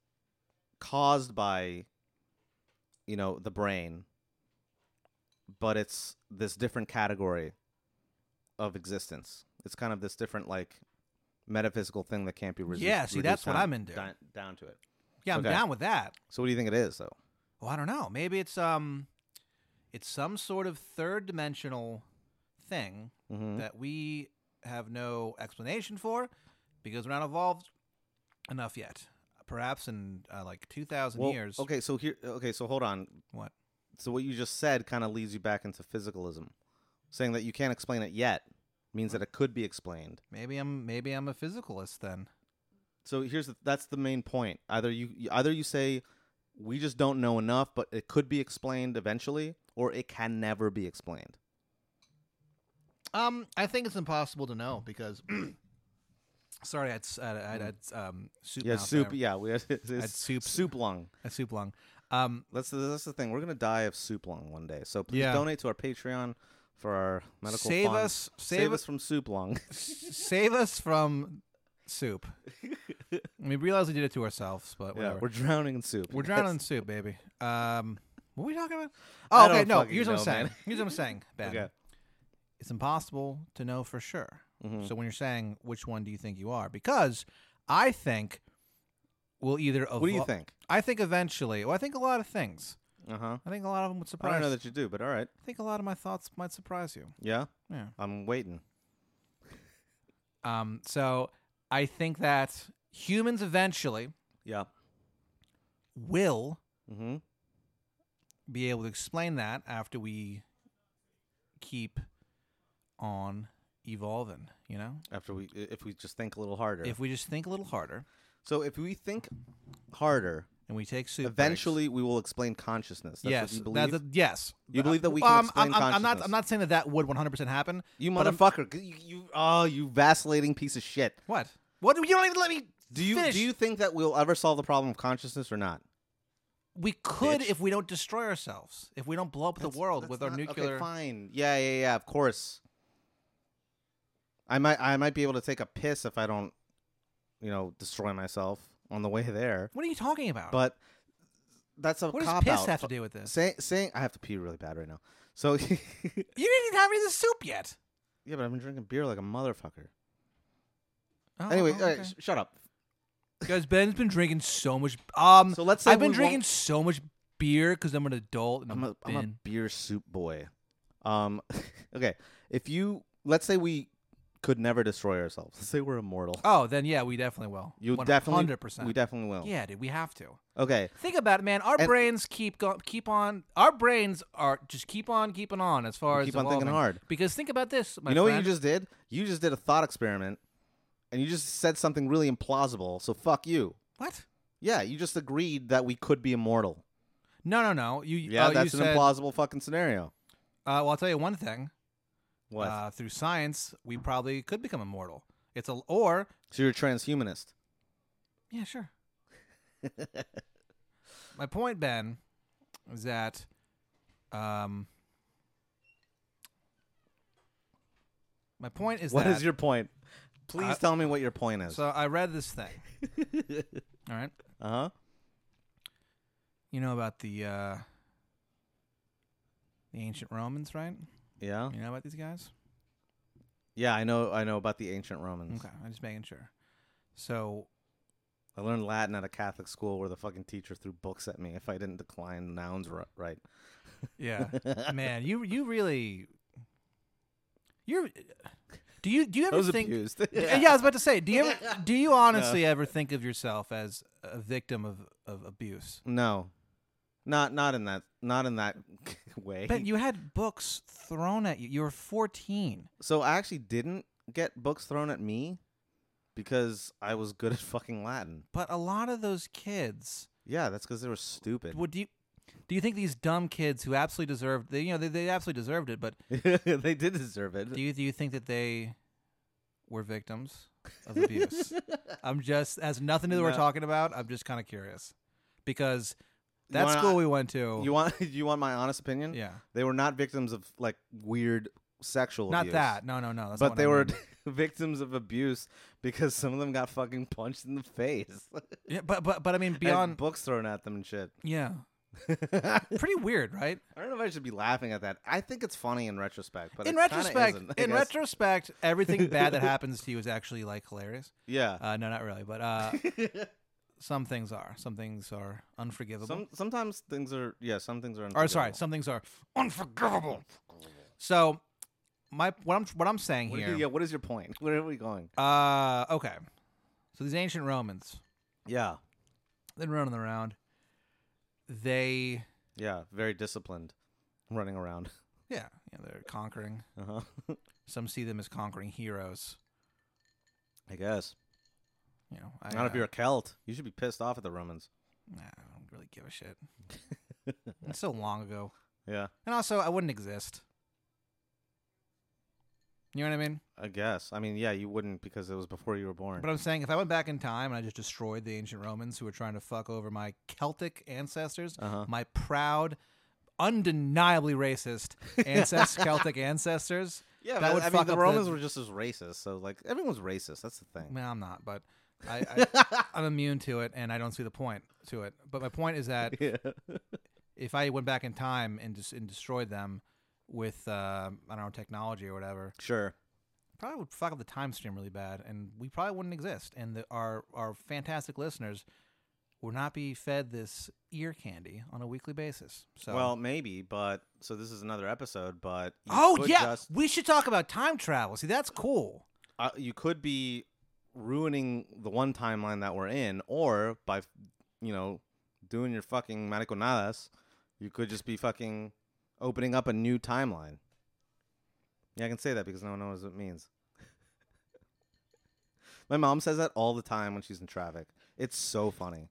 S2: caused by, you know, the brain. But it's this different category of existence. It's kind of this different like metaphysical thing that can't be reduced.
S3: Yeah, see,
S2: reduced
S3: that's what
S2: down-
S3: I'm into.
S2: Down, down to it.
S3: Yeah, I'm
S2: Okay.
S3: down with that.
S2: So what do you think it is, though?
S3: Well, I don't know. Maybe it's um, it's some sort of third dimensional thing
S2: Mm-hmm.
S3: that we have no explanation for because we're not evolved enough yet. Perhaps in uh, like two thousand years.
S2: Okay, so here. Okay, so hold on.
S3: What?
S2: So what you just said kind of leads you back into physicalism, saying that you can't explain it yet means that it could be explained.
S3: Maybe I'm maybe I'm a physicalist then.
S2: So here's the, that's the main point. Either you you- either you say we just don't know enough, but it could be explained eventually, or it can never be explained.
S3: Um, I think it's impossible to know because. Sorry, I had, s- I had, I had um, soup.
S2: yeah,
S3: mouth
S2: soup.
S3: there.
S2: Yeah, we had
S3: That's soup-
S2: soup lung.
S3: A soup lung. Um,
S2: That's the, that's the thing. We're gonna die of soup lung one day. So please
S3: Yeah.
S2: donate to our Patreon for our medical.
S3: Save
S2: funds.
S3: us- save us-
S2: us from soup lung.
S3: save us from soup. we realize we did it to ourselves, but
S2: yeah,
S3: whatever.
S2: we're drowning in soup.
S3: We're drowning in soup, baby. Um, what are we talking about?
S2: I
S3: Oh, okay.
S2: don't
S3: No,
S2: fucking
S3: here's what I'm
S2: know,
S3: saying.
S2: man.
S3: Here's what I'm saying, Ben.
S2: Okay.
S3: It's impossible to know for sure.
S2: Mm-hmm.
S3: So when you're saying which one do you think you are, because I think we'll either. Evol-
S2: What do you think?
S3: I think eventually. Well, I think a lot of things.
S2: Uh huh.
S3: I think a lot of them would
S2: I
S3: surprise.
S2: don't know that you do, but all right.
S3: I think a lot of my thoughts might surprise you.
S2: Yeah,
S3: Yeah.
S2: I'm waiting.
S3: Um. So I think that humans eventually
S2: Yeah.
S3: will
S2: Mm-hmm.
S3: be able to explain that after we keep on evolving, you know?
S2: After we, i- if we just think a little harder.
S3: If we just think a little harder
S2: so if we think harder,
S3: and we take soup breaks-
S2: eventually we will explain consciousness. That's
S3: yes,
S2: what you
S3: that's
S2: believe.
S3: a- yes.
S2: You believe that we
S3: Well,
S2: can
S3: I'm-
S2: explain
S3: I'm, I'm, I'm not.
S2: consciousness.
S3: I'm not saying that that would 100% happen.
S2: you
S3: but I'm-
S2: motherfucker! You, you, oh, you vacillating piece of shit.
S3: What? What? You don't even let me.
S2: Do you
S3: finish.
S2: do you think that we'll ever solve the problem of consciousness or not?
S3: We could
S2: Bitch.
S3: if we don't destroy ourselves. If we don't blow up the world with our nuclear.
S2: Okay, fine. Yeah, yeah, yeah. Of course. I might I might be able to take a piss if I don't, you know, destroy myself on the way there.
S3: What are you talking about?
S2: But that's a
S3: what does
S2: cop
S3: piss
S2: out.
S3: have to do with this?
S2: Say, saying I have to pee really bad right now. So yeah,
S3: You didn't even have any of the soup yet.
S2: but I've been drinking beer like a motherfucker.
S3: Oh,
S2: Anyway,
S3: oh,
S2: all right,
S3: okay.
S2: sh- shut up.
S3: guys, Ben's been drinking so much. Um,
S2: So let's say
S3: I've been
S2: we
S3: drinking
S2: won't-
S3: so much beer because I'm an adult and
S2: I'm
S3: I'm,
S2: a, I'm a
S3: thin.
S2: beer soup boy. Um, okay. If you let's say we could never destroy ourselves. Let's say we're immortal.
S3: Oh, then yeah, we definitely will.
S2: You
S3: 100%.
S2: definitely, we definitely will.
S3: Yeah, dude, we have to.
S2: Okay.
S3: Think about it, man. Our
S2: And-
S3: brains keep go- keep on. Our brains are just keep on keeping on as far
S2: We
S3: as
S2: keep on thinking
S3: evolving.
S2: hard.
S3: Because think about this, my
S2: you know
S3: friend.
S2: what you just did? You just did a thought experiment, and you just said something really implausible. So fuck you.
S3: what?
S2: Yeah, you just agreed that we could be immortal.
S3: No, no, no. You
S2: Yeah,
S3: uh,
S2: that's
S3: you
S2: an
S3: said,
S2: implausible fucking scenario.
S3: Uh, well, I'll tell you one thing.
S2: What?
S3: Uh, through science, we probably could become immortal. It's a or
S2: so you're a transhumanist.
S3: yeah, sure. my point, Ben, is that um, my point is
S2: What
S3: that
S2: is your point? Please
S3: I-
S2: tell me what your point is.
S3: so I read this thing. All right.
S2: uh huh.
S3: You know about the uh the ancient Romans, right?
S2: Yeah.
S3: You know about these guys?
S2: Yeah, I know. I know about the ancient Romans.
S3: Okay, I'm just making sure. So
S2: I learned Latin at a Catholic school where the fucking teacher threw books at me if I didn't decline nouns ri- right.
S3: yeah, man, you you really you're do you do you
S2: I
S3: ever
S2: was
S3: think?
S2: abused.
S3: Yeah. I was about to say, do you ever, do you honestly ever think of yourself as a victim of of abuse?
S2: No, not not in that not in that way.
S3: But you had books thrown at you. You were 14.
S2: so I actually didn't get books thrown at me because I was good at fucking Latin.
S3: But a lot of those kids
S2: Yeah, that's because they were stupid.
S3: Would you do you think these dumb kids who absolutely deserved they you know they, they absolutely deserved it, but
S2: they did deserve it.
S3: do you do you think that they were victims of abuse? I'm just has nothing to do with what
S2: No.
S3: we're talking about. I'm just kind of curious because
S2: You
S3: that
S2: wanna-
S3: school we went to,
S2: You want you want my honest opinion?
S3: yeah,
S2: They were not victims of like weird sexual
S3: not
S2: abuse.
S3: that. No, no, no. That's not
S2: but
S3: what
S2: they
S3: I
S2: were
S3: mean.
S2: victims of abuse because some of them got fucking punched in the face.
S3: yeah, but but but I mean
S2: Had
S3: beyond
S2: books thrown at them and shit.
S3: yeah,
S2: I
S3: pretty weird, right?
S2: don't know if I should be laughing at that. I think it's funny in retrospect, but
S3: in
S2: it kinda
S3: retrospect,
S2: isn't, I
S3: in
S2: guess.
S3: retrospect, everything bad that happens to you is actually like hilarious.
S2: yeah.
S3: Uh, no, not really, but uh, some things are. Some things are unforgivable.
S2: Some sometimes things are yeah. Some things are.
S3: or sorry,
S2: unforgivable.
S3: some things are unforgivable. So, my what I'm what I'm saying
S2: What-
S3: here.
S2: yeah. What is your point? Where are we going?
S3: Uh, okay. So these ancient Romans,
S2: Yeah.
S3: they're running around. They,
S2: Yeah. Very disciplined, running around.
S3: yeah, yeah, they're conquering.
S2: Uh huh.
S3: Some see them as conquering heroes.
S2: I guess.
S3: You know, I,
S2: Not if
S3: uh,
S2: you're a Celt. You should be pissed off at the Romans.
S3: nah, I don't really give a shit. it's so long ago,
S2: Yeah.
S3: and also I wouldn't exist. You know what I mean?
S2: I guess. I mean, yeah. You wouldn't because it was before you were born.
S3: But I'm saying if I went back in time and I just destroyed the ancient Romans who were trying to fuck over my Celtic ancestors,
S2: Uh huh.
S3: my proud, undeniably racist ancest- Celtic ancestors.
S2: Yeah,
S3: That
S2: but
S3: would
S2: I mean,
S3: fuck
S2: the
S3: up the-
S2: Romans were just as racist. So like everyone's racist. That's the thing.
S3: Well, I'm not, but I, I, I'm immune to it, and I don't see the point to it. But my point is that
S2: yeah.
S3: if I went back in time and just and destroyed them with uh, I don't know technology or whatever,
S2: Sure.
S3: probably would fuck up the time stream really bad, and we probably wouldn't exist. And the, our our fantastic listeners would not be fed this ear candy on a weekly basis. So
S2: Well, maybe, but so this is another episode. But you
S3: oh
S2: could
S3: yeah,
S2: just,
S3: we should talk about time travel. See, that's cool.
S2: uh, you could be ruining the one timeline that we're in, or by you know doing your fucking mariconadas, you could just be fucking opening up a new timeline. Yeah, I can say that because no one knows what it means. My mom says that all the time when she's in traffic. It's so funny.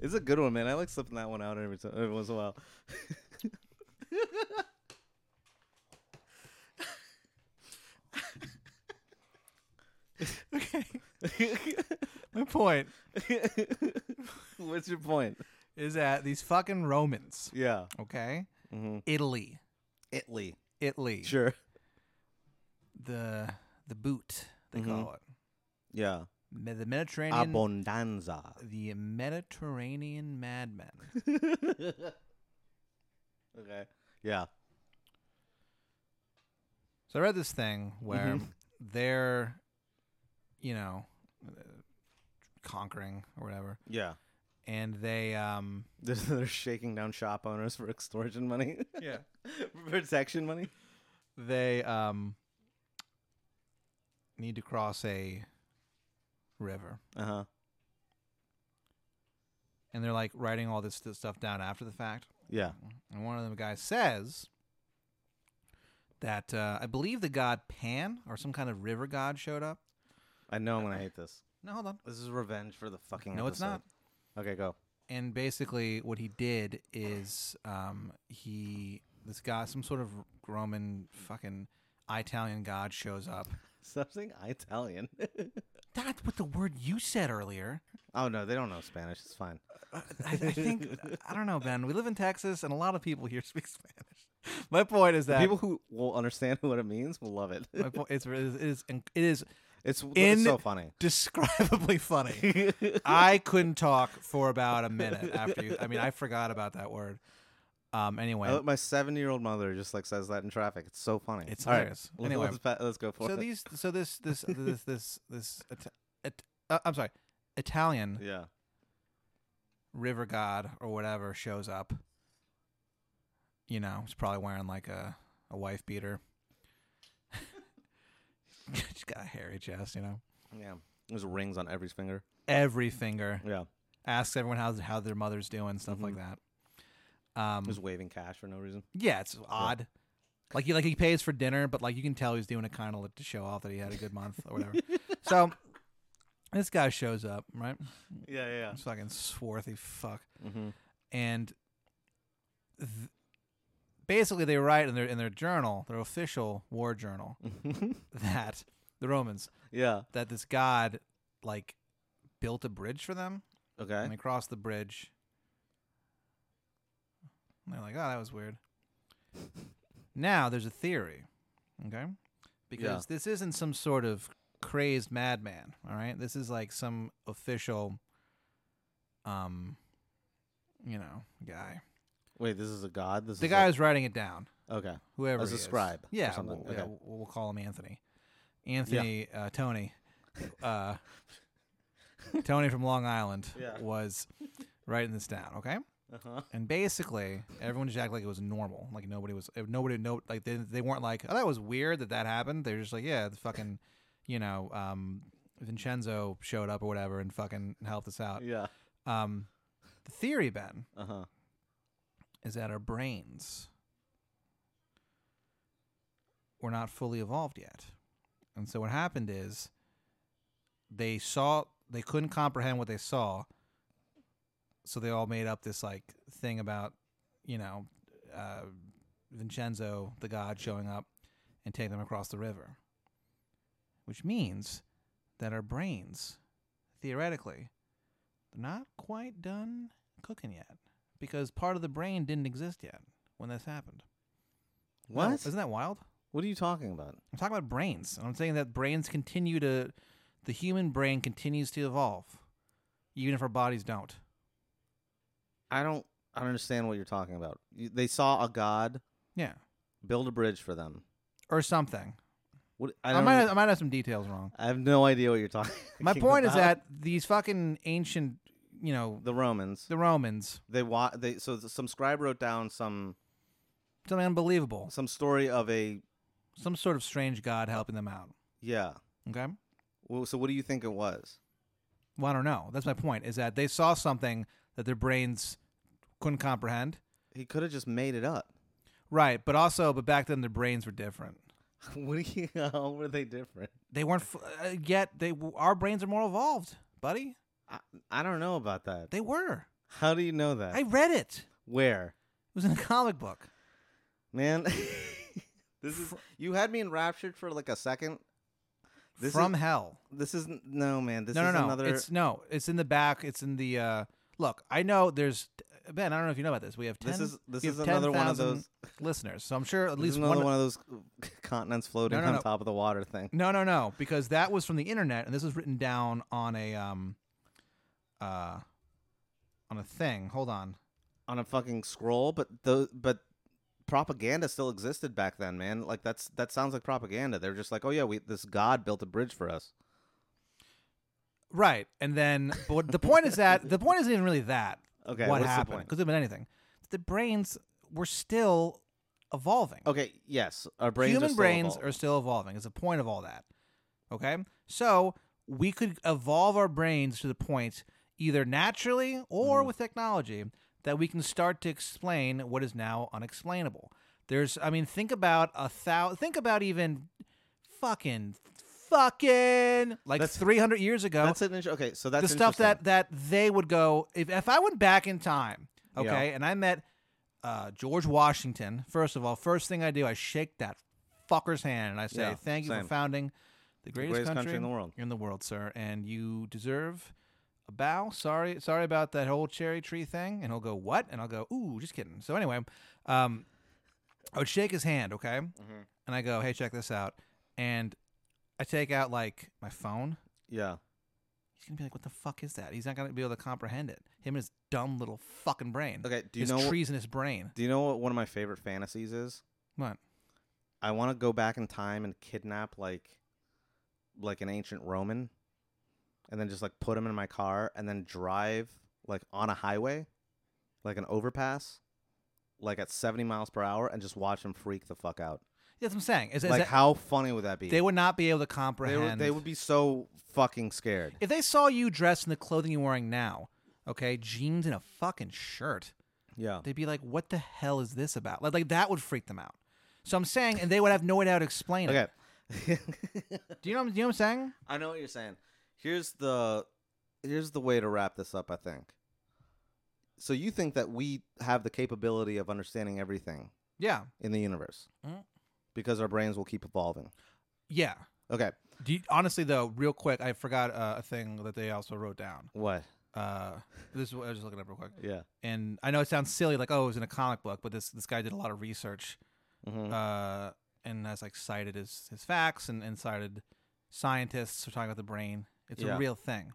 S2: It's a good one, man. I like slipping that one out every time, every once in a while.
S3: Okay. My point
S2: What's your point?
S3: is that these fucking Romans,
S2: Yeah.
S3: okay?
S2: Mhm.
S3: Italy.
S2: Italy.
S3: Italy.
S2: Sure.
S3: The the boot, they call it.
S2: Yeah.
S3: Me- The Mediterranean
S2: Abondanza.
S3: the Mediterranean madmen.
S2: Okay. Yeah.
S3: So I read this thing where they're, you know, uh, conquering or whatever,
S2: Yeah.
S3: and they um
S2: They're, they're shaking down shop owners for extortion money,
S3: yeah
S2: protection money.
S3: they um need to cross a river,
S2: Uh huh.
S3: and they're like writing all this, this stuff down after the fact.
S2: Yeah.
S3: And one of them guys says that uh, I believe the god Pan or some kind of river god showed up.
S2: I know I'm gonna hate this.
S3: No, hold on.
S2: This is revenge for the fucking.
S3: No, it's
S2: episode.
S3: not.
S2: Okay, go.
S3: and basically what he did is um, he this guy some sort of roman fucking italian god shows up
S2: Something Italian.
S3: that's what the word you said earlier
S2: oh no, they don't know Spanish. It's fine.
S3: i, I think i don't know ben we live in texas and a lot of people here speak spanish my point is that
S2: Uh, People who will understand what it means will love it.
S3: my point, it's, it is it is
S2: It's, it's
S3: In-
S2: so funny.
S3: describably funny i couldn't talk for about a minute after you i mean i forgot about that word um anyway
S2: I let my seven-year-old mother just like says that in traffic. It's so funny.
S3: It's
S2: All right,
S3: hilarious.
S2: let's-
S3: Anyway.
S2: let's, pa- let's go for
S3: so
S2: it.
S3: these so this this this this this Ita- It- uh, I'm sorry, Italian
S2: yeah,
S3: river god or whatever shows up. You know, he's probably wearing like a a wife beater. She's got a hairy chest, you know.
S2: yeah. There's rings on every finger.
S3: Every finger
S2: Yeah,
S3: asks everyone how how their mother's doing, stuff like that. Um,
S2: Mm-hmm. just waving cash for no reason.
S3: yeah, it's odd. Like he like he pays for dinner, but like you can tell he's doing it kind of to show off that he had a good month or whatever. so this guy shows up, right?
S2: Yeah, yeah.
S3: This fucking swarthy fuck.
S2: Mm-hmm.
S3: And th- basically, they write in their in their journal, their official war journal,
S2: Mm-hmm.
S3: that the Romans
S2: Yeah.
S3: that this god like built a bridge for them,
S2: Okay.
S3: and they crossed the bridge. And they're like, "Oh, that was weird." now there's a theory, okay? Because this isn't some sort of crazed madman, all right? This is like some official, um, you know, guy.
S2: Wait, this is a god. This
S3: The
S2: is
S3: guy who's writing it down.
S2: A, okay.
S3: Whoever
S2: As a
S3: he is.
S2: scribe or
S3: yeah,
S2: something,
S3: We'll, yeah,
S2: okay.
S3: we'll- we'll call him Anthony. Anthony, uh, Tony, uh, Tony from Long Island
S2: Yeah.
S3: was writing this down. Okay.
S2: Uh huh.
S3: And basically, everyone just acted like it was normal. Like nobody was, if nobody no, like they, they weren't like, oh, that was weird that that happened. They're just like, yeah, the fucking, you know, um, Vincenzo showed up or whatever and fucking helped us out.
S2: Yeah.
S3: Um, the theory, Ben,
S2: Uh huh.
S3: is that our brains were not fully evolved yet, and so what happened is they saw they couldn't comprehend what they saw, so they all made up this like thing about you know uh, Vincenzo the god showing up and taking them across the river, which means that our brains theoretically they're not quite done cooking yet because part of the brain didn't exist yet when this happened. Isn't that-
S2: What?
S3: isn't that wild?
S2: What are you talking about?
S3: I'm talking about brains. and I'm saying that brains continue to, the human brain continues to evolve, even if our bodies don't.
S2: I don't. I don't understand what you're talking about. You, they saw a god
S3: Yeah,
S2: build a bridge for them.
S3: or something.
S2: What? I
S3: I,
S2: don't.
S3: might have, I might have some details wrong.
S2: I have no idea what you're talking.
S3: My point is
S2: about.
S3: that these fucking ancient you know
S2: the Romans.
S3: the Romans.
S2: They wa- they so th- some scribe wrote down some
S3: Something unbelievable.
S2: some story of a
S3: Some sort of strange god helping them out.
S2: yeah.
S3: Okay.
S2: Well, so what do you think it was?
S3: Well, I don't know. That's my point. Is that they saw something that their brains couldn't comprehend.
S2: He could have just made it up.
S3: Right, but also, but back then their brains were different.
S2: what do you? How were they different?
S3: They weren't f- uh, yet. They w- our brains are more evolved, buddy.
S2: I, I don't know about that.
S3: They were.
S2: How do you know that?
S3: I read it.
S2: Where,
S3: It was in a comic book.
S2: man? this is you had me enraptured for like a second. This
S3: From
S2: is,
S3: hell.
S2: this is no man. This
S3: no, no,
S2: is
S3: no.
S2: another.
S3: It's no. It's in the back. It's in the. uh Look, I know there's Ben. I don't know if you know about this. We have ten.
S2: this is this
S3: we
S2: is
S3: have
S2: another one of
S3: 10,000
S2: those.
S3: listeners. So I'm sure at
S2: At least
S3: least
S2: another
S3: one.
S2: one, of those continents floating
S3: no,
S2: on
S3: no.
S2: top of the water thing.
S3: No, no, no, because that was from the internet, and this was written down on a um, uh, on a thing. Hold on.
S2: on a fucking scroll, but the but propaganda still existed back then, man. Like that's that sounds like propaganda. They're just like, oh yeah, we this god built a bridge for us.
S3: Right, and then but what- the point is that the point isn't even really that.
S2: Okay,
S3: what
S2: what's the
S3: happened?
S2: point?
S3: Because it been anything. The brains were still evolving.
S2: Okay, yes, our brains
S3: Human
S2: are still
S3: brains
S2: evolved.
S3: are still evolving. Is the point of all that? Okay, so we could evolve our brains to the point, either naturally or
S2: Mm-hmm.
S3: with technology, that we can start to explain what is now unexplainable. There's, I mean, think about a thousand. Think about even fucking, fucking like
S2: That's-
S3: 300 years ago
S2: that's an inter- okay. So that's
S3: the stuff
S2: interesting.
S3: that that they would go if if I went back in time,
S2: Yeah.
S3: okay, and I met uh, George Washington. First of all, first thing I do, I shake that fucker's hand and I say,
S2: Yeah,
S3: "Thank you
S2: same.
S3: for founding the greatest,
S2: greatest country in the world."
S3: in the world, sir, and you deserve." A bow. Sorry, sorry about that whole cherry tree thing. And he'll go, "What?" And I'll go, "Ooh, just kidding." So anyway, um, I would shake his hand, okay,
S2: Mm-hmm.
S3: and I go, "Hey, check this out." And I take out like my phone,
S2: yeah.
S3: He's gonna be like, "What the fuck is that?" He's not gonna be able to comprehend it. Him and his dumb little fucking brain.
S2: Okay, do you
S3: his
S2: know?
S3: trees in his brain.
S2: do you know what one of my favorite fantasies is?
S3: What?
S2: I want to go back in time and kidnap like, like an ancient Roman, and then just like put him in my car and then drive like on a highway, like an overpass, like at seventy miles per hour, and just watch him freak the fuck out.
S3: That's what I'm saying. Is, is
S2: like
S3: that
S2: how funny would that be?
S3: they would not be able to
S2: they
S3: comprehend.
S2: would, they would be so fucking scared.
S3: If they saw you dressed in the clothing you're wearing now, okay, jeans and a fucking shirt,
S2: Yeah.
S3: they'd be like, "What the hell is this about?" Like, like that would freak them out. So I'm saying, and they would have no idea how to explain
S2: Okay.
S3: it. Do you know? Do you know what I'm saying?
S2: I know what you're saying. Here's the here's the way to wrap this up, I think. So you think that we have the capability of understanding everything
S3: Yeah.
S2: in the universe
S3: Mhm.
S2: because our brains will keep evolving.
S3: Yeah.
S2: Okay.
S3: Do you, honestly though, real quick, I forgot uh, a thing that they also wrote down.
S2: What?
S3: Uh, this is what I was just looking up real quick.
S2: Yeah.
S3: and I know it sounds silly, like oh, it was in a comic book, but this this guy did a lot of research,
S2: hmm
S3: uh, and has like cited his his facts and, and cited scientists who are talking about the brain. It's
S2: Yeah.
S3: a real thing.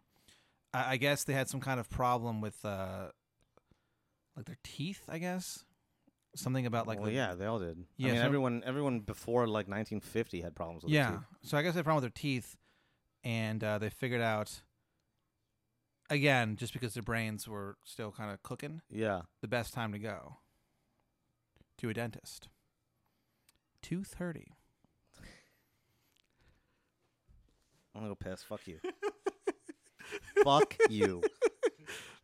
S3: I, I guess they had some kind of problem with uh, like their teeth. I guess something about like
S2: well,
S3: the-
S2: yeah, they all did.
S3: Yeah,
S2: I mean,
S3: so-
S2: everyone everyone before like 1950 had problems with their
S3: yeah.
S2: teeth.
S3: So I guess they had a problem with their teeth, and uh, they figured out again just because their brains were still kind of cooking.
S2: Yeah.
S3: the best time to go to a dentist 2.30
S2: I'm gonna go piss. Fuck you. Fuck you.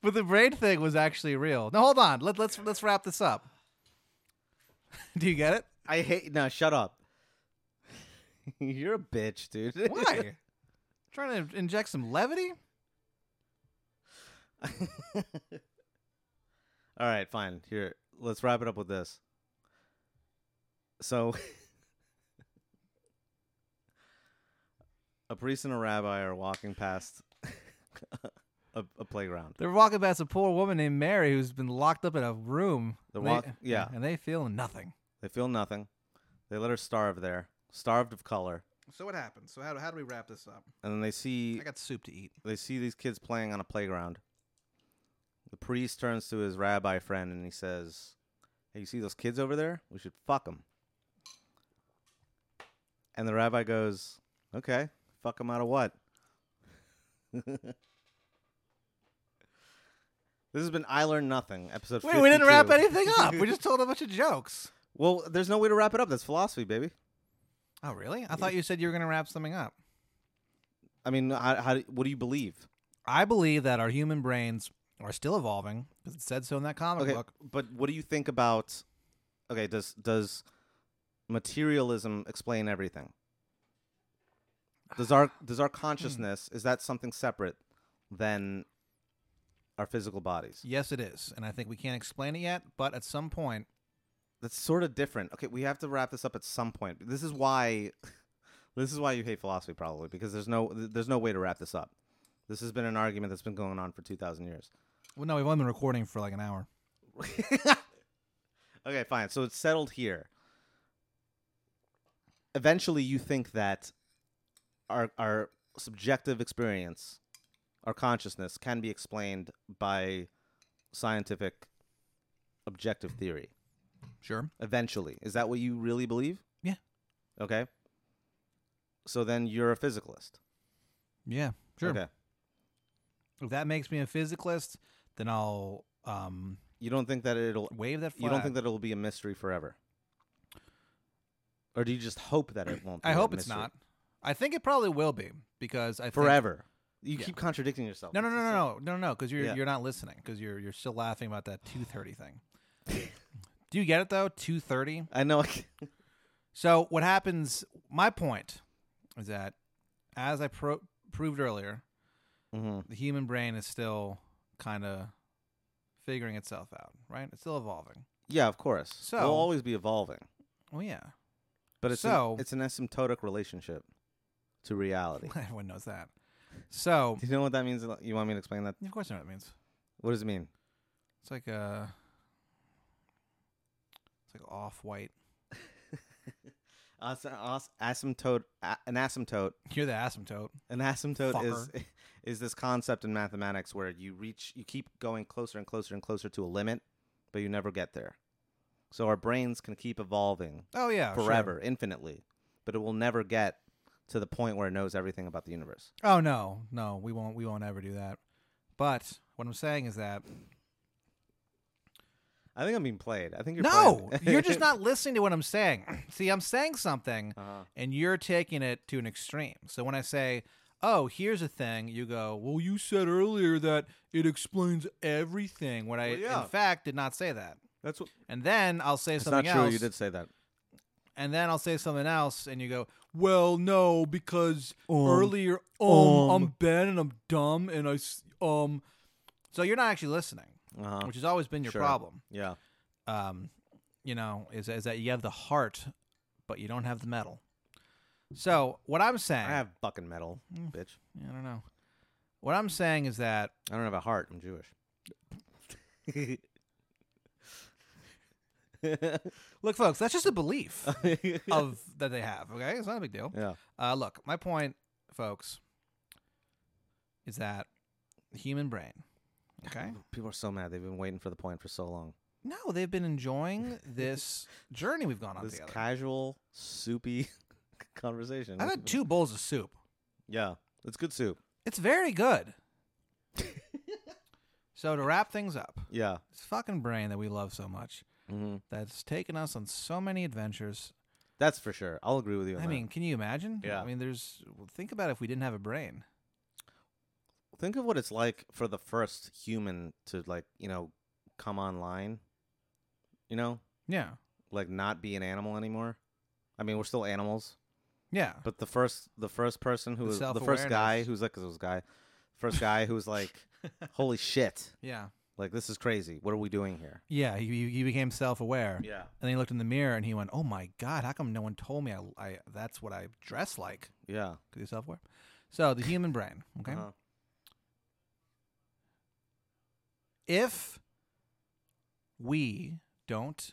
S3: but the brain thing was actually real now hold on Let, let's let's wrap this up do you get it
S2: I hate. No, shut up. You're a bitch, dude.
S3: why trying to inject some levity
S2: All right, fine. Here, let's wrap it up with this. So, a priest and a rabbi are walking past a, a playground.
S3: they're walking past a poor woman named mary who's been locked up in a room
S2: They're
S3: They-
S2: walk- yeah.
S3: and they feel nothing
S2: They feel nothing. They let her starve there, starved of color,
S3: so what happens so how, how do we wrap this up
S2: and then they see
S3: got soup to eat
S2: they see these kids playing on a playground. The priest turns to his rabbi friend and he says, "Hey, you see those kids over there? We should fuck them." And the rabbi goes, "Okay, fuck them out of what?" This has been I Learn Nothing, episode
S3: Wait, we didn't wrap
S2: 52.
S3: anything up. We just told a bunch of jokes.
S2: Well, there's no way to wrap it up. That's philosophy, baby.
S3: Oh, really? I thought you said you were going to wrap something up.
S2: I mean, how, how, do- what do you believe?
S3: I believe that our human brains are still evolving because it said so in that comic
S2: Okay,
S3: book.
S2: but what do you think about? Okay, does does materialism explain everything? Does our does our consciousness is that something separate than our physical bodies?
S3: Yes, it is. And I think we can't explain it yet, but at some point,
S2: That's sort of different. Okay, we have to wrap this up at some point. This is why this is why you hate philosophy probably because there's no th- there's no way to wrap this up. This has been an argument that's been going on for 2000 years.
S3: well, no, we've only been recording for like an hour.
S2: okay, fine. So it's settled here. Eventually, you think that our our subjective experience, our consciousness, can be explained by scientific objective theory.
S3: Sure.
S2: Eventually, is that what you really believe?
S3: Yeah.
S2: Okay. So then you're a physicalist.
S3: Yeah, sure.
S2: Okay.
S3: If that makes me a physicalist, then I'll um,
S2: You don't think that it'll
S3: wave that flag.
S2: you don't think that it'll be a mystery forever. Or do you just hope that it won't? Be
S3: I
S2: a
S3: hope it's
S2: mystery?
S3: not. I think it probably will be because I think-
S2: forever. You
S3: Yeah.
S2: keep contradicting yourself.
S3: No, no,
S2: It's
S3: no,
S2: just
S3: no,
S2: like-
S3: no, no, no, because you're
S2: Yeah.
S3: you're not listening because you're you're still laughing about that two thirty thing. Do you get it though? Two thirty.
S2: I know.
S3: So what happens? My point is that, as I pro- proved earlier,
S2: hmm
S3: the human brain is still kind of figuring itself out. Right? It's still evolving.
S2: Yeah, of course. So
S3: So-
S2: we'll always be evolving,
S3: Well, yeah.
S2: but it's
S3: So-
S2: an, it's an asymptotic relationship to reality.
S3: Everyone knows that. So
S2: Do you know what that means? You want me to explain that?
S3: of course, I know what it means.
S2: What does it mean?
S3: It's like a. It's like off white.
S2: As, as, asymptote, a, an asymptote,
S3: You're the asymptote.
S2: an asymptote is is this concept in mathematics where you reach, you keep going closer and closer and closer to a limit, but you never get there. So our brains can keep evolving
S3: Oh yeah. sure.
S2: forever, infinitely, but it will never get to the point where it knows everything about the universe.
S3: Oh no, no, we won't. We won't ever do that. But what I'm saying is that
S2: I think I'm being played. I think you're
S3: no,
S2: playing.
S3: you're just not listening to what I'm saying. See, I'm saying something,
S2: Uh-huh.
S3: and you're taking it to an extreme. So when I say, "Oh, here's a thing," you go, "Well, you said earlier that it explains everything." When I,
S2: Well, yeah.
S3: in fact, did not say that.
S2: That's what.
S3: And then I'll say
S2: It's
S3: something
S2: not true.
S3: else.
S2: You did say that.
S3: and then I'll say something else, and you go, "Well, no, because
S2: Um,
S3: earlier, um,
S2: um.
S3: I'm bad and I'm dumb, and I, s- um." So you're not actually listening,
S2: Uh huh.
S3: which has always been your
S2: Sure.
S3: problem.
S2: Yeah.
S3: Um, you know, is is that you have the heart, but you don't have the metal. So what I'm saying,
S2: I have fucking metal,
S3: Mm.
S2: bitch.
S3: I don't know. What I'm saying is that
S2: I don't have a heart. I'm Jewish.
S3: look, folks, that's just a belief of that they have. Okay, it's not a big deal.
S2: yeah.
S3: Uh, look, my point, folks, is that the human brain. Okay.
S2: People are so mad. They've been waiting for the point for so long.
S3: No, they've been enjoying this journey we've gone on
S2: this
S3: together.
S2: casual, soupy conversation.
S3: I've had two bowls of soup.
S2: Yeah. It's good soup.
S3: It's very good. so to wrap things up,
S2: Yeah.
S3: this fucking brain that we love so much,
S2: hmm
S3: that's taken us on so many adventures.
S2: That's for sure. I'll agree with you. On
S3: I
S2: that.
S3: mean, can you imagine?
S2: Yeah.
S3: I mean, there's think about if we didn't have a brain.
S2: think of what it's like for the first human to like you know come online you know
S3: Yeah.
S2: like not be an animal anymore i mean we're still animals
S3: Yeah.
S2: but the first the first person who
S3: The
S2: was the first guy
S3: self-awareness.
S2: who's like 'cause it was a guy first guy who was like holy shit
S3: Yeah.
S2: like this is crazy what are we doing here
S3: Yeah, he- he, he became self-aware.
S2: yeah
S3: And then he looked in the mirror and he went, "Oh my god, how come no one told me I, I that's what I dress like?"
S2: yeah
S3: Could you self-aware? So, the human brain, okay?
S2: uh-huh.
S3: if we don't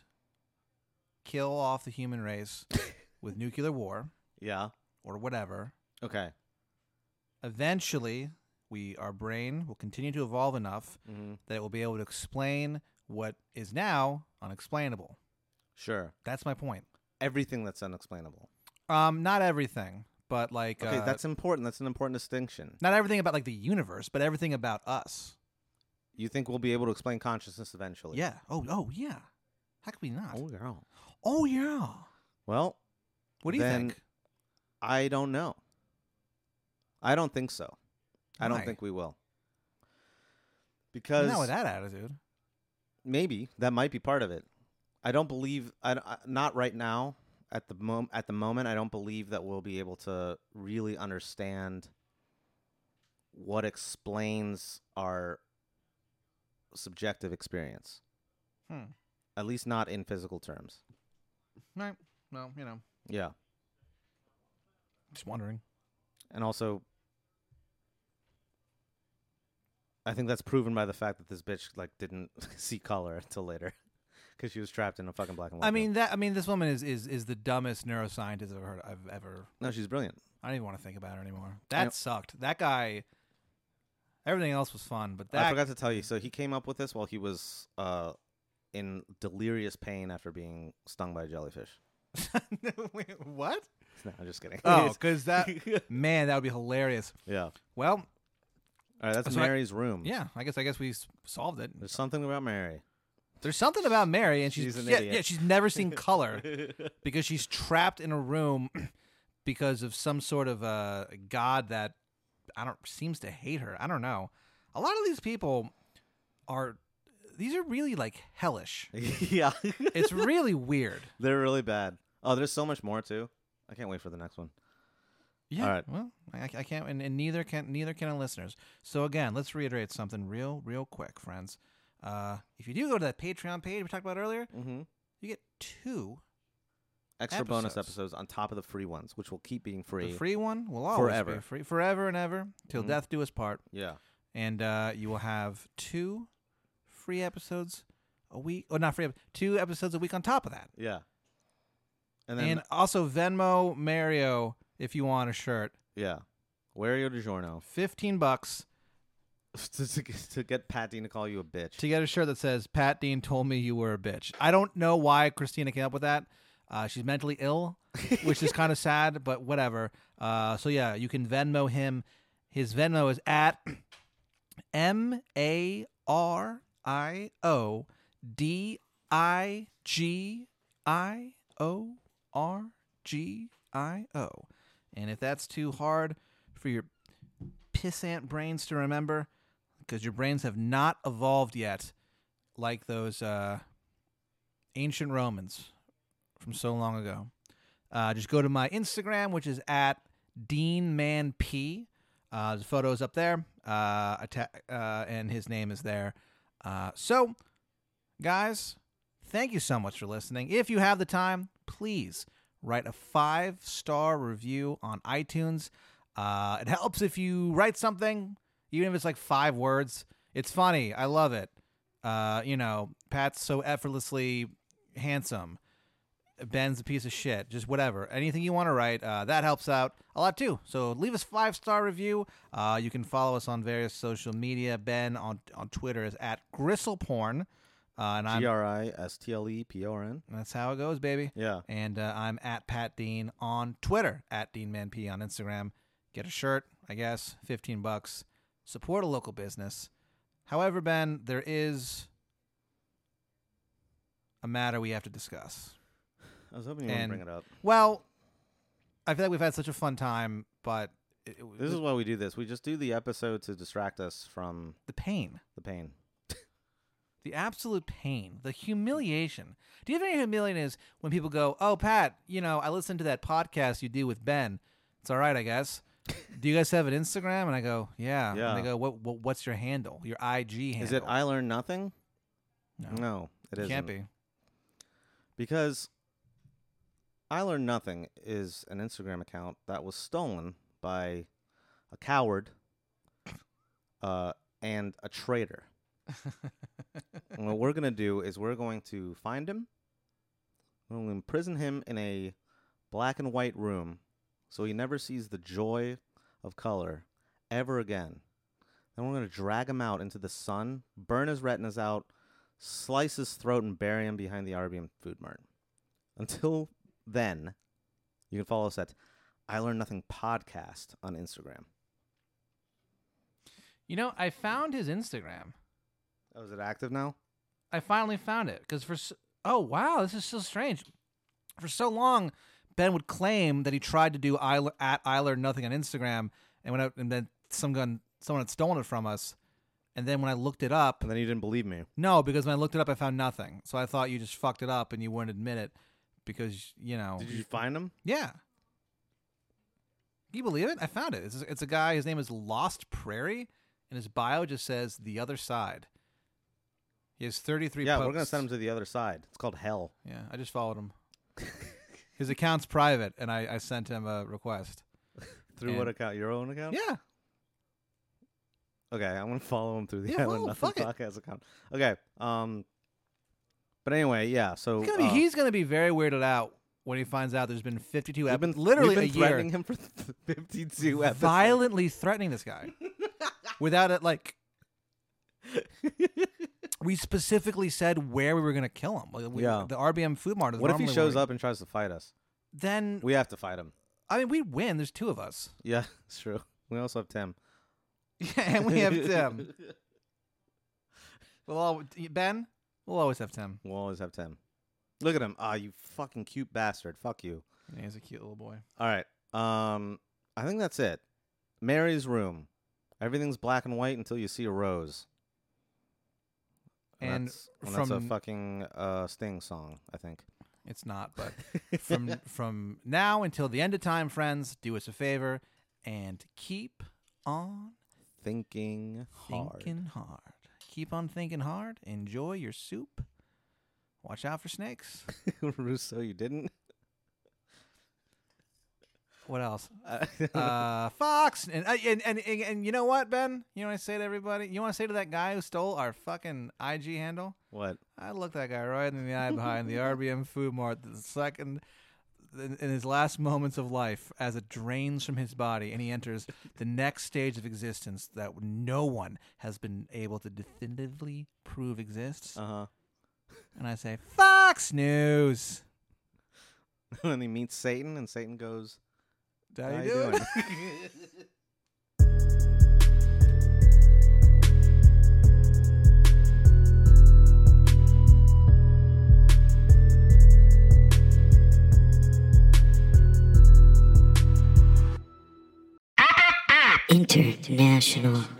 S3: kill off the human race with nuclear war
S2: yeah
S3: or whatever,
S2: okay
S3: eventually we our brain will continue to evolve enough
S2: hmm
S3: that it will be able to explain what is now unexplainable.
S2: sure
S3: That's my point.
S2: everything that's unexplainable
S3: Um, not everything, but like
S2: okay
S3: uh,
S2: that's important that's an important distinction
S3: not everything about like the universe, but everything about us.
S2: You think we'll be able to explain consciousness eventually?
S3: Yeah. Oh, oh, yeah. How could we not?
S2: Oh, girl.
S3: Oh, yeah.
S2: Well,
S3: What do you
S2: Then-
S3: think?
S2: I don't know. I don't think so. I
S3: Why?
S2: don't think we will. Because
S3: Not with that attitude.
S2: maybe that might be part of it. I don't believe I, I- not right now at the mom, at the moment I don't believe that we'll be able to really understand what explains our subjective experience.
S3: Hmm.
S2: At least not in physical terms.
S3: Right. Well, you know,
S2: Yeah.
S3: just wondering.
S2: And also I think that's proven by the fact that this bitch like didn't see color until later cuz she was trapped in a fucking black and white
S3: I
S2: room.
S3: mean that. I mean, this woman is is is the dumbest neuroscientist I've heard. I've ever.
S2: no, she's brilliant.
S3: I don't even want to think about her anymore.
S2: I
S3: That
S2: know.
S3: sucked. That guy. Everything else was fun, but
S2: I
S3: that
S2: forgot to tell you. So he came up with this while he was uh, in delirious pain after being stung by a jellyfish.
S3: Wait, what?
S2: No, I'm just kidding.
S3: Oh, because that man, that would be hilarious.
S2: yeah. All
S3: Well,
S2: right, that's
S3: So I-
S2: Mary's room.
S3: yeah, I guess I guess we s- solved it.
S2: There's something about Mary.
S3: There's something about Mary, and she's,
S2: She's an
S3: yeah,
S2: idiot.
S3: yeah, she's never seen color because she's trapped in a room because of some sort of uh, god that I don't seems to hate her. I don't know. A lot of these people are these are really like hellish.
S2: yeah.
S3: It's really weird.
S2: They're really bad. Oh, there's so much more too. I can't wait for the next one.
S3: Yeah.
S2: All right.
S3: Well, I, I can't, and, and neither can neither can our listeners. So again, let's reiterate something real, real quick, friends. Uh, if you do go to that Patreon page we talked about earlier,
S2: Mm-hmm.
S3: you get two.
S2: Extra bonus
S3: Episodes.
S2: episodes on top of the free ones, which will keep being free.
S3: The free one will always
S2: Forever.
S3: be free, forever and ever, till
S2: Mhm.
S3: death do us part.
S2: yeah.
S3: And uh, you will have two free episodes a week, or not free, ep- two episodes a week on top of that,
S2: Yeah. And
S3: and,
S2: then
S3: also Venmo Mario if you want a shirt,
S2: yeah. Wario DiGiorno
S3: fifteen bucks
S2: to, to, to get Pat Dean to call you a bitch.
S3: to get a shirt that says Pat Dean told me you were a bitch. I don't know why Christina came up with that. Uh, she's mentally ill, which is kind of sad, but whatever. Uh, so yeah, you can Venmo him. His Venmo is at M A R I O D I G I O R G I O. And if that's too hard for your pissant brains to remember, because your brains have not evolved yet like those uh, ancient Romans from so long ago. Uh, just go to my Instagram, which is at DeanManP. Uh, the photo's up there, uh, atta- uh, and his name is there. Uh, so, guys, thank you so much for listening. If you have the time, please write a five star review on iTunes. Uh, it helps if you write something, even if it's like five words. It's funny. I love it. Uh, you know, Pat's so effortlessly handsome. Ben's a piece of shit. Just whatever. Anything you want to write, uh, that helps out a lot too. So leave us five star review. Uh, you can follow us on various social media. Ben on on Twitter is at gristleporn, uh, and I'm
S2: G R I S T L E P O R N.
S3: that's how it goes, baby.
S2: Yeah.
S3: And uh, I'm at Pat Dean on Twitter, at DeanManP on Instagram. Get a shirt, I guess, 15 bucks. Support a local business. However, Ben, there is a matter we have to discuss.
S2: I was hoping you wouldn't bring
S3: And-
S2: it up.
S3: Well, I feel like we've had such a fun time, but it, it,
S2: This is why we do this. We just do the episode to distract us from
S3: the pain,
S2: the pain.
S3: the absolute pain, the humiliation. Do you have any humiliation is when people go, "Oh, Pat, you know, I listened to that podcast you do with Ben. It's all right, I guess." Do you guys have an Instagram? And I go, yeah.
S2: Yeah.
S3: And they go, what, what? What's your handle? Your IG handle?
S2: Is it I learn nothing?
S3: No.
S2: it isn't.
S3: Can't be.
S2: Because I learn nothing is an Instagram account that was stolen by a coward uh, and a traitor. and what we're gonna do is we're going to find him. We're going to imprison him in a black and white room, so he never sees the joy of color ever again. Then we're gonna drag him out into the sun, burn his retinas out, slice his throat, and bury him behind the RBM Food Mart. Until then, you can follow us at I Learn Nothing Podcast on Instagram.
S3: You know, I found his Instagram.
S2: Oh, is it active now?
S3: I finally found it because for s oh wow, this is so strange. For so long, Ben would claim that he tried to do I, at I learned nothing on Instagram, and when I, and then some gun someone had stolen it from us, and then when I looked it up,
S2: And then you didn't believe me.
S3: no, because when I looked it up, I found nothing. So I thought you just fucked it up and you wouldn't admit it because you know
S2: Did you find him?
S3: yeah. Can you believe it? I found it. It's, it's a guy. His name is Lost Prairie, and his bio just says the other side. He has thirty three.
S2: Yeah, we're gonna send him to the other side. It's called hell.
S3: Yeah, I just followed him. His account's private, and I, I sent him a request.
S2: Through
S3: And-
S2: what account? Your own account?
S3: Yeah,
S2: Okay, I'm gonna follow him through the
S3: Yeah,
S2: Island
S3: follow,
S2: Nothing
S3: fuck
S2: podcast account. Okay. Um. But anyway, yeah. So
S3: he's gonna be,
S2: uh,
S3: he's gonna be very weirded out when he finds out there's been 52
S2: we've
S3: episodes,
S2: been
S3: literally
S2: we've been
S3: a year,
S2: threatening him for 52 episodes.
S3: violently threatening this guy without it. Like, we specifically said where we were gonna kill him. Like, we,
S2: Yeah.
S3: the RBM Food Mart. Is
S2: What if he
S3: normally
S2: shows
S3: where we-
S2: up and tries to fight us?
S3: Then
S2: We have to fight him.
S3: I mean, we win. There's two of us.
S2: Yeah, it's true. We also have Tim.
S3: Yeah, and we have Tim. We'll all Ben. We'll always have Tim.
S2: We'll always have Tim. Look at him. Ah, you fucking cute bastard. Fuck you.
S3: Yeah, he's a cute little boy.
S2: All right. Um, I think that's it. Mary's room. Everything's black and white until you see a rose.
S3: And
S2: that's, that's a
S3: from-
S2: fucking uh, Sting song, I think.
S3: It's not, but from from now until the end of time, friends, do us a favor and keep on
S2: Thinking hard.
S3: thinking hard. Keep on thinking hard. Enjoy your soup. Watch out for snakes.
S2: Russo, you didn't.
S3: What else?
S2: I-
S3: Uh, Fox and, uh, and and and and you know what, Ben? You know what I say to everybody? You want to say to that guy who stole our fucking IG handle?
S2: what?
S3: I looked that guy right in the eye behind the RBM Food Mart the second in, in his last moments of life as it drains from his body and he enters the next stage of existence that no one has been able to definitively prove exists.
S2: Uh huh.
S3: And I say, Fox News.
S2: and he meets Satan, and Satan goes,
S3: How,
S2: "How
S3: you
S2: you
S3: doing?
S2: doing?"
S1: International.